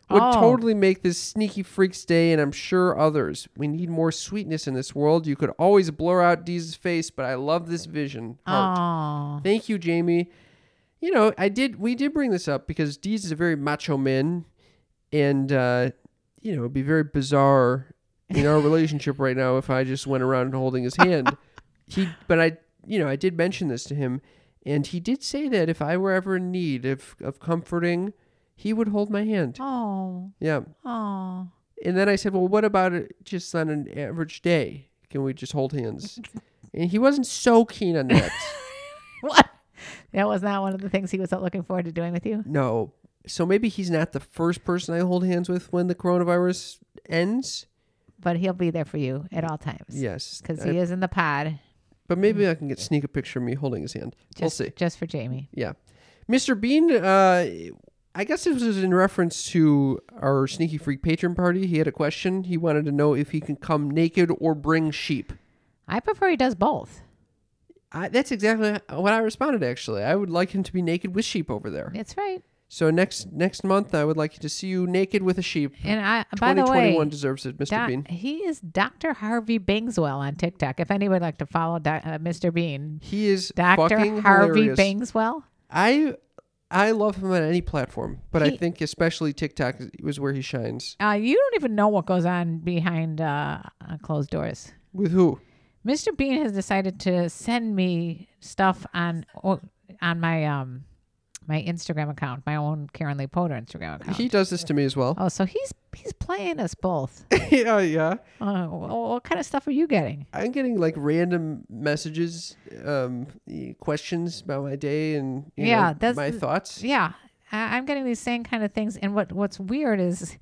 Speaker 2: Would
Speaker 3: Oh.
Speaker 2: totally make this sneaky freak's day and I'm sure others. We need more sweetness in this world. You could always blur out Dee's face, but I love this vision. Heart.
Speaker 3: Oh,
Speaker 2: Thank you, Jamie. You know, I did. We did bring this up because Deez is a very macho man, and uh, you know, it'd be very bizarre in our relationship right now if I just went around holding his hand. He, but I, you know, I did mention this to him, and he did say that if I were ever in need of of comforting, he would hold my hand.
Speaker 3: oh,
Speaker 2: Yeah.
Speaker 3: oh.
Speaker 2: And then I said, "Well, what about it just on an average day? Can we just hold hands?" And he wasn't so keen on that.
Speaker 3: [laughs] What? That was not one of the things he was looking forward to doing with you.
Speaker 2: No. So maybe he's not the first person I hold hands with when the coronavirus ends.
Speaker 3: But he'll be there for you at all times.
Speaker 2: Yes.
Speaker 3: Because
Speaker 2: I-
Speaker 3: he is in the pod.
Speaker 2: but maybe I can get sneak a picture of me holding his hand. we'll
Speaker 3: Just,
Speaker 2: see.
Speaker 3: Just for Jamie.
Speaker 2: Yeah. Mr. Bean, uh, I guess this was in reference to our Sneaky Freak patron party. He had a question. He wanted to know if he can come naked or bring sheep.
Speaker 3: I prefer he does both.
Speaker 2: I, that's exactly what I responded, actually. I would like him to be naked with sheep over there.
Speaker 3: That's right.
Speaker 2: So next next month, I would like to see you naked with a sheep.
Speaker 3: And I, by the
Speaker 2: 2021
Speaker 3: way,
Speaker 2: deserves it, Mr.
Speaker 3: Doc-
Speaker 2: Bean.
Speaker 3: he is Dr. Harvey Bingswell on TikTok. If anyone would like to follow Doc- uh, Mr. Bean,
Speaker 2: He is
Speaker 3: Dr.
Speaker 2: fucking
Speaker 3: Harvey
Speaker 2: hilarious.
Speaker 3: Bingswell.
Speaker 2: I I love him on any platform, but I
Speaker 3: He-
Speaker 2: think especially TikTok is- was where he shines.
Speaker 3: Uh, you don't even know what goes on behind uh, uh, closed doors.
Speaker 2: With who?
Speaker 3: Mr. Bean has decided to send me stuff on o- on my um my Instagram account, my own Karen Lee Potter Instagram account.
Speaker 2: He does this to me as well.
Speaker 3: oh, so he's he's playing us both.
Speaker 2: [laughs]
Speaker 3: [laughs]
Speaker 2: yeah, yeah.
Speaker 3: uh, wh- what kind of stuff are you getting?
Speaker 2: I'm getting like random messages, um, y- questions about my day and you
Speaker 3: Yeah,
Speaker 2: know,
Speaker 3: that's
Speaker 2: my
Speaker 3: the-
Speaker 2: thoughts.
Speaker 3: Yeah, I, I'm getting these same kind of things. And what what's weird is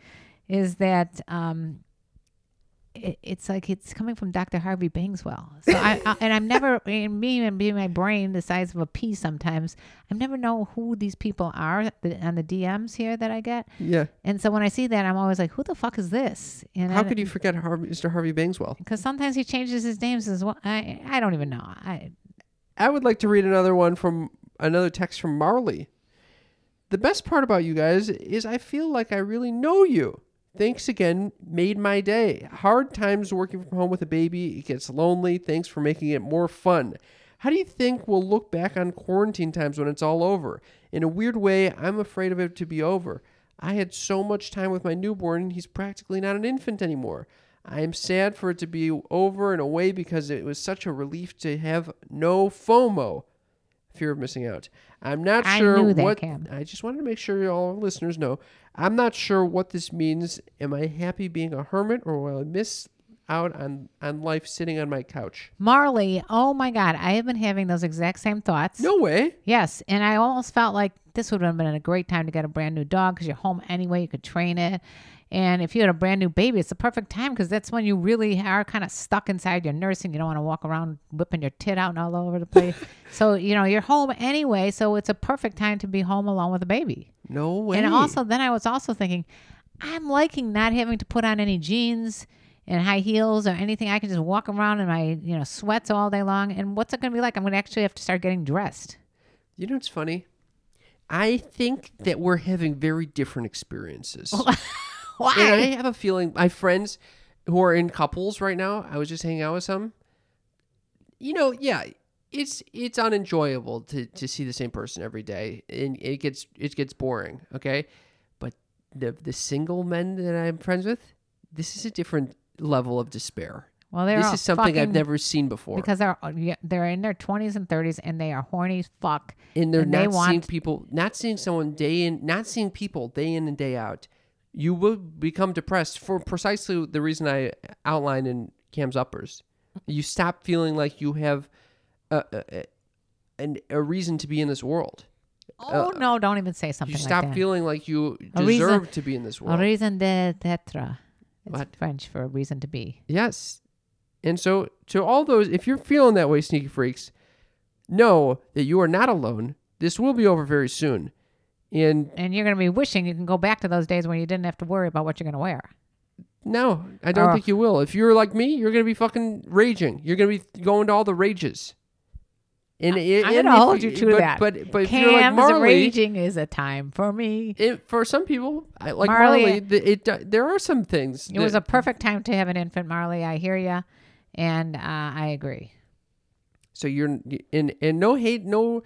Speaker 3: is that um, it, it's like it's coming from Dr. Harvey Bingswell. So I, I and I'm never [laughs] in me and being my brain the size of a pea. Sometimes I never know who these people are that, on the DMs here that I get.
Speaker 2: Yeah.
Speaker 3: And so when I see that, I'm always like, who the fuck is this? And
Speaker 2: How could you forget Harvey, Mr. Harvey
Speaker 3: [laughs]
Speaker 2: Bangswell?
Speaker 3: Because sometimes he changes his names as well. I I don't even know. I
Speaker 2: I would like to read another one from another text from Marley. The best part about you guys is I feel like I really know you. Thanks again, made my day. Hard times working from home with a baby, it gets lonely. Thanks for making it more fun. How do you think we'll look back on quarantine times when it's all over? In a weird way, I'm afraid of it to be over. I had so much time with my newborn, and he's practically not an infant anymore. I am sad for it to be over in a way because it was such a relief to have no FOMO, fear of missing out. I'm not
Speaker 3: I
Speaker 2: sure
Speaker 3: knew that,
Speaker 2: what
Speaker 3: Cam.
Speaker 2: I just wanted to make sure all our listeners know. I'm not sure what this means. Am I happy being a hermit or will I miss out on, on life sitting on my couch?
Speaker 3: Marley, oh my God, I have been having those exact same thoughts.
Speaker 2: No way.
Speaker 3: Yes, and I almost felt like this would have been a great time to get a brand new dog because you're home anyway. You could train it, and if you had a brand new baby, it's the perfect time because that's when you really are kind of stuck inside your nursing. You don't want to walk around whipping your tit out and all over the place. so you know you're home anyway, so it's a perfect time to be home alone with a baby.
Speaker 2: No way.
Speaker 3: And also, then I was also thinking, I'm liking not having to put on any jeans and high heels or anything. I can just walk around in my you know sweats all day long. And what's it going to be like? I'm going to actually have to start getting dressed.
Speaker 2: You know what's funny? I think that we're having very different experiences.
Speaker 3: Why?
Speaker 2: And I have a feeling my friends who are in couples right now, I was just hanging out with some. You know, yeah, it's it's unenjoyable to to see the same person every day and it gets it gets boring, okay? But the the single men that I'm friends with, this is a different level of despair.
Speaker 3: well, they're
Speaker 2: this
Speaker 3: all
Speaker 2: is something I've
Speaker 3: fucking-
Speaker 2: never seen before.
Speaker 3: because they're uh, yeah, they're in their twenties and thirties and they are horny as fuck.
Speaker 2: and they're
Speaker 3: and
Speaker 2: not
Speaker 3: they
Speaker 2: seeing
Speaker 3: want-
Speaker 2: people, not seeing someone day in, not seeing people day in and day out, you will become depressed for precisely the reason I outlined in Cam's uppers. You stop feeling like you have a, a, a, an, a reason to be in this world.
Speaker 3: Oh no! Don't even say something.
Speaker 2: uh, You stop
Speaker 3: like that.
Speaker 2: feeling like you
Speaker 3: A
Speaker 2: deserve
Speaker 3: reason-
Speaker 2: to be in this
Speaker 3: A
Speaker 2: world.
Speaker 3: reason de tetra. It's
Speaker 2: What?
Speaker 3: French for a reason to be.
Speaker 2: Yes. And so, to all those, if you're feeling that way, sneaky freaks, know that you are not alone. This will be over very soon. And
Speaker 3: And you're going to be wishing you can go back to those days when you didn't have to worry about what you're going to wear.
Speaker 2: No, I don't
Speaker 3: Oh.
Speaker 2: think you will. If you're like me, you're gonna be fucking raging. You're gonna be going to all the rages. And it, and
Speaker 3: I'm going to
Speaker 2: if-
Speaker 3: hold you to
Speaker 2: but,
Speaker 3: that.
Speaker 2: But but if
Speaker 3: Cam's
Speaker 2: you're like Marley,
Speaker 3: raging is a time for me.
Speaker 2: it, for some people, I, like Marley,
Speaker 3: Marley-
Speaker 2: the, it do- there are some things.
Speaker 3: It was a
Speaker 2: that-
Speaker 3: perfect time to have an infant, Marley. I hear ya, and uh, I agree.
Speaker 2: so you're and and no hate, no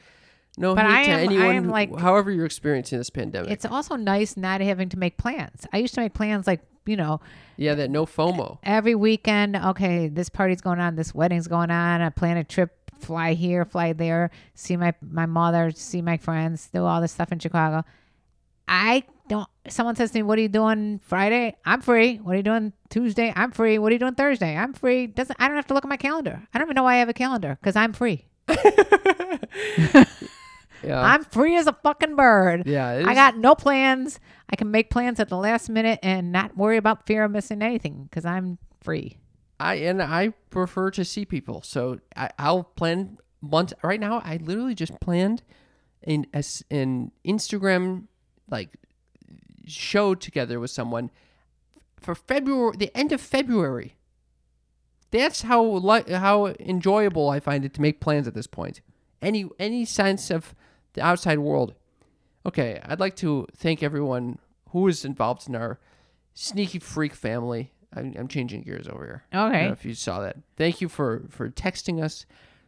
Speaker 2: no
Speaker 3: But
Speaker 2: hate
Speaker 3: I
Speaker 2: to
Speaker 3: am- I
Speaker 2: anyone.
Speaker 3: am, like-
Speaker 2: however, you're experiencing this pandemic.
Speaker 3: It's also nice not having to make plans. I used to make plans like you know
Speaker 2: yeah, that no FOMO.
Speaker 3: every weekend. Okay, this party's going on, this wedding's going on. I plan a trip, fly here, fly there, see my my mother, see my friends, do all this stuff in Chicago. I don't. Someone says to me, "What are you doing Friday?" I'm free. What are you doing Tuesday? I'm free. What are you doing Thursday? I'm free. Doesn't I don't have to look at my calendar. I don't even know why I have a calendar because I'm free.
Speaker 2: [laughs]
Speaker 3: [laughs]
Speaker 2: Yeah,
Speaker 3: I'm free as a fucking bird.
Speaker 2: Yeah, it
Speaker 3: I
Speaker 2: is-
Speaker 3: got no plans. I can make plans at the last minute and not worry about fear of missing anything because I'm free.
Speaker 2: I and I prefer to see people, so I, I'll plan months. Right now, I literally just planned an as an Instagram like show together with someone for February, the end of February. That's how li- how enjoyable I find it to make plans at this point. Any any sense of the outside world. Okay, I'd like to thank everyone who is involved in our sneaky freak family. I'm, I'm changing gears over here. I don't
Speaker 3: Okay.
Speaker 2: know if you saw that. Thank you for for texting us.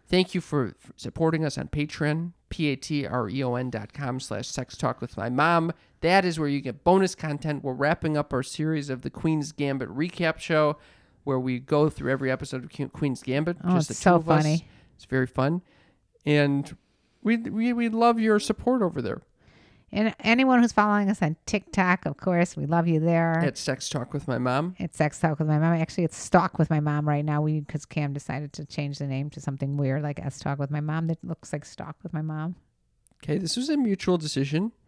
Speaker 2: Thank you for, for supporting us on Patreon, p a t r e o n dot com slash sex talk with my mom. That is where you get bonus content. We're wrapping up our series of the Queen's Gambit recap show, where we go through every episode of Que- Queen's Gambit.
Speaker 3: Oh,
Speaker 2: just
Speaker 3: it's
Speaker 2: the
Speaker 3: so
Speaker 2: two of us.
Speaker 3: funny.
Speaker 2: It's very fun, and we we we love your support over there
Speaker 3: And anyone who's following us on TikTok, of course, we love you there.
Speaker 2: at Sex Talk with my mom.
Speaker 3: It's sex talk with my mom. Actually, it's stalk with my mom right now. We because Cam decided to change the name to something weird like S talk with my mom that looks like stalk with my mom.
Speaker 2: Okay, this was a mutual decision. That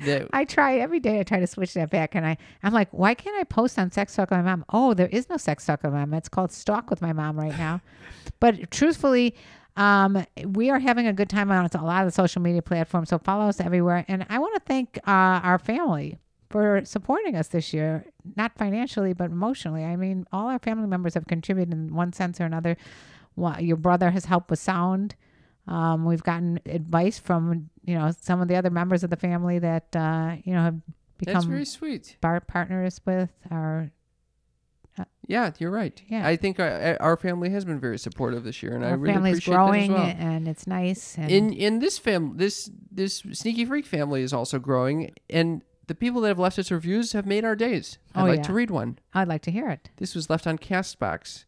Speaker 3: Mm-hmm. I try every day. I try to switch that back, and I I'm like, why can't I post on sex talk with my mom? Oh, there is no sex talk with my mom. It's called stalk with my mom right now. but truthfully. Um, we are having a good time on a lot of the social media platforms, so follow us everywhere. And I want to thank uh, our family for supporting us this year, not financially, but emotionally. I mean, all our family members have contributed in one sense or another. Wha- Your brother has helped with sound. Um, we've gotten advice from, you know, some of the other members of the family that, uh, you know, have
Speaker 2: that's
Speaker 3: become
Speaker 2: very sweet.
Speaker 3: bar- partners with our,
Speaker 2: Yeah, you're right.
Speaker 3: Yeah.
Speaker 2: I think our, eh, our family has been very supportive this year, and I
Speaker 3: our
Speaker 2: really
Speaker 3: family's
Speaker 2: appreciate
Speaker 3: growing
Speaker 2: that as well.
Speaker 3: and it's nice. And
Speaker 2: In in this fam, this this sneaky freak family is also growing, and the people that have left us reviews have made our days. I'd
Speaker 3: Oh,
Speaker 2: like
Speaker 3: yeah.
Speaker 2: to read one.
Speaker 3: I'd like to hear it.
Speaker 2: This was left on Castbox.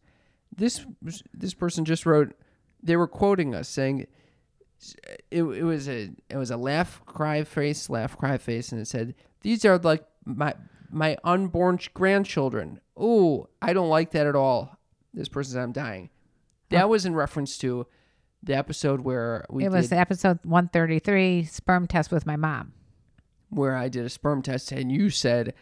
Speaker 2: This was- this person just wrote. They were quoting us saying, "It, it was a it was a laugh cry face laugh cry face," and it said, "These are like my my unborn ch- grandchildren." Oh, I don't like that at all. This person said, "I'm dying." That was in reference to the episode where we
Speaker 3: it
Speaker 2: did,
Speaker 3: was episode 133 sperm test with my mom.
Speaker 2: where I did a sperm test, and you said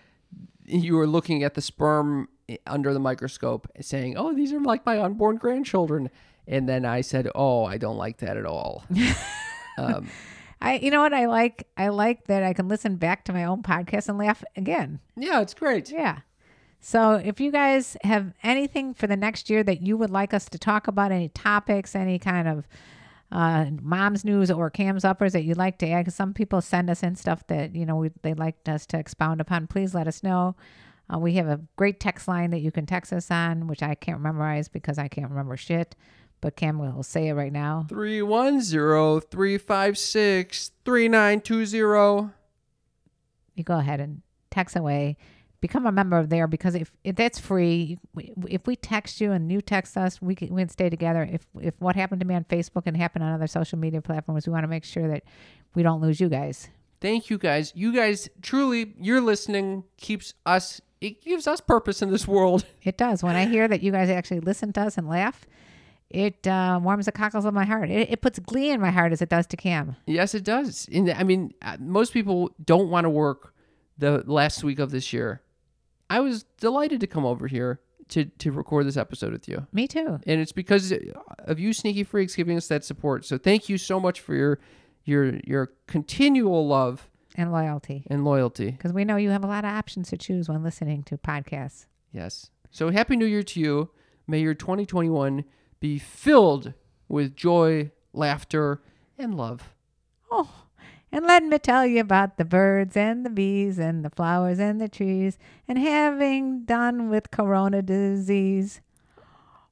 Speaker 2: you were looking at the sperm under the microscope, saying, "Oh, these are like my unborn grandchildren," and then I said, "Oh, I don't like that at all." [laughs] um,
Speaker 3: I, you know what I like? I like that I can listen back to my own podcast and laugh again.
Speaker 2: yeah, it's great.
Speaker 3: Yeah. So if you guys have anything for the next year that you would like us to talk about, any topics, any kind of uh, mom's news or cam's uppers that you'd like to add. 'Cause some people send us in stuff that you know we, they'd like us to expound upon. Please let us know. Uh, we have a great text line that you can text us on, which I can't memorize because I can't remember shit. But Cam will say it right now.
Speaker 2: 310 356 3920.
Speaker 3: you go ahead and text away become a member of there because if, if that's free we- if we text you and you text us we can, we can stay together if if what happened to me on facebook and happened on other social media platforms we want to make sure that we don't lose you guys
Speaker 2: Thank you guys. You guys truly, your listening keeps us, it gives us purpose in this world.
Speaker 3: it does when i hear that you guys actually listen to us and laugh it uh, warms the cockles of my heart it, it puts glee in my heart as it does to cam
Speaker 2: Yes, it does. And I mean, uh, most people don't want to work the last week of this year. I was delighted to come over here to, to record this episode with you.
Speaker 3: me too
Speaker 2: and it's because of you sneaky freaks giving us that support so thank you so much for your your your continual love
Speaker 3: and loyalty
Speaker 2: and loyalty
Speaker 3: because we know you have a lot of options to choose when listening to podcasts
Speaker 2: yes so happy new year to you may your 2021 be filled with joy laughter and love
Speaker 3: Oh, and let me tell you about the birds and the bees and the flowers and the trees and having done with corona disease.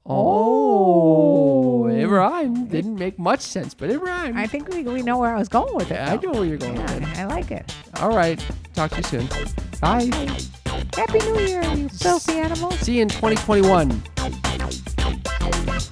Speaker 2: oh it rhymed didn't make much sense but it rhymed
Speaker 3: I think we, we know where I was going with it.
Speaker 2: i know where you're going with it.
Speaker 3: Yeah, I like it.
Speaker 2: all right talk to you soon bye
Speaker 3: Happy New Year, you filthy animals.
Speaker 2: see you in 2021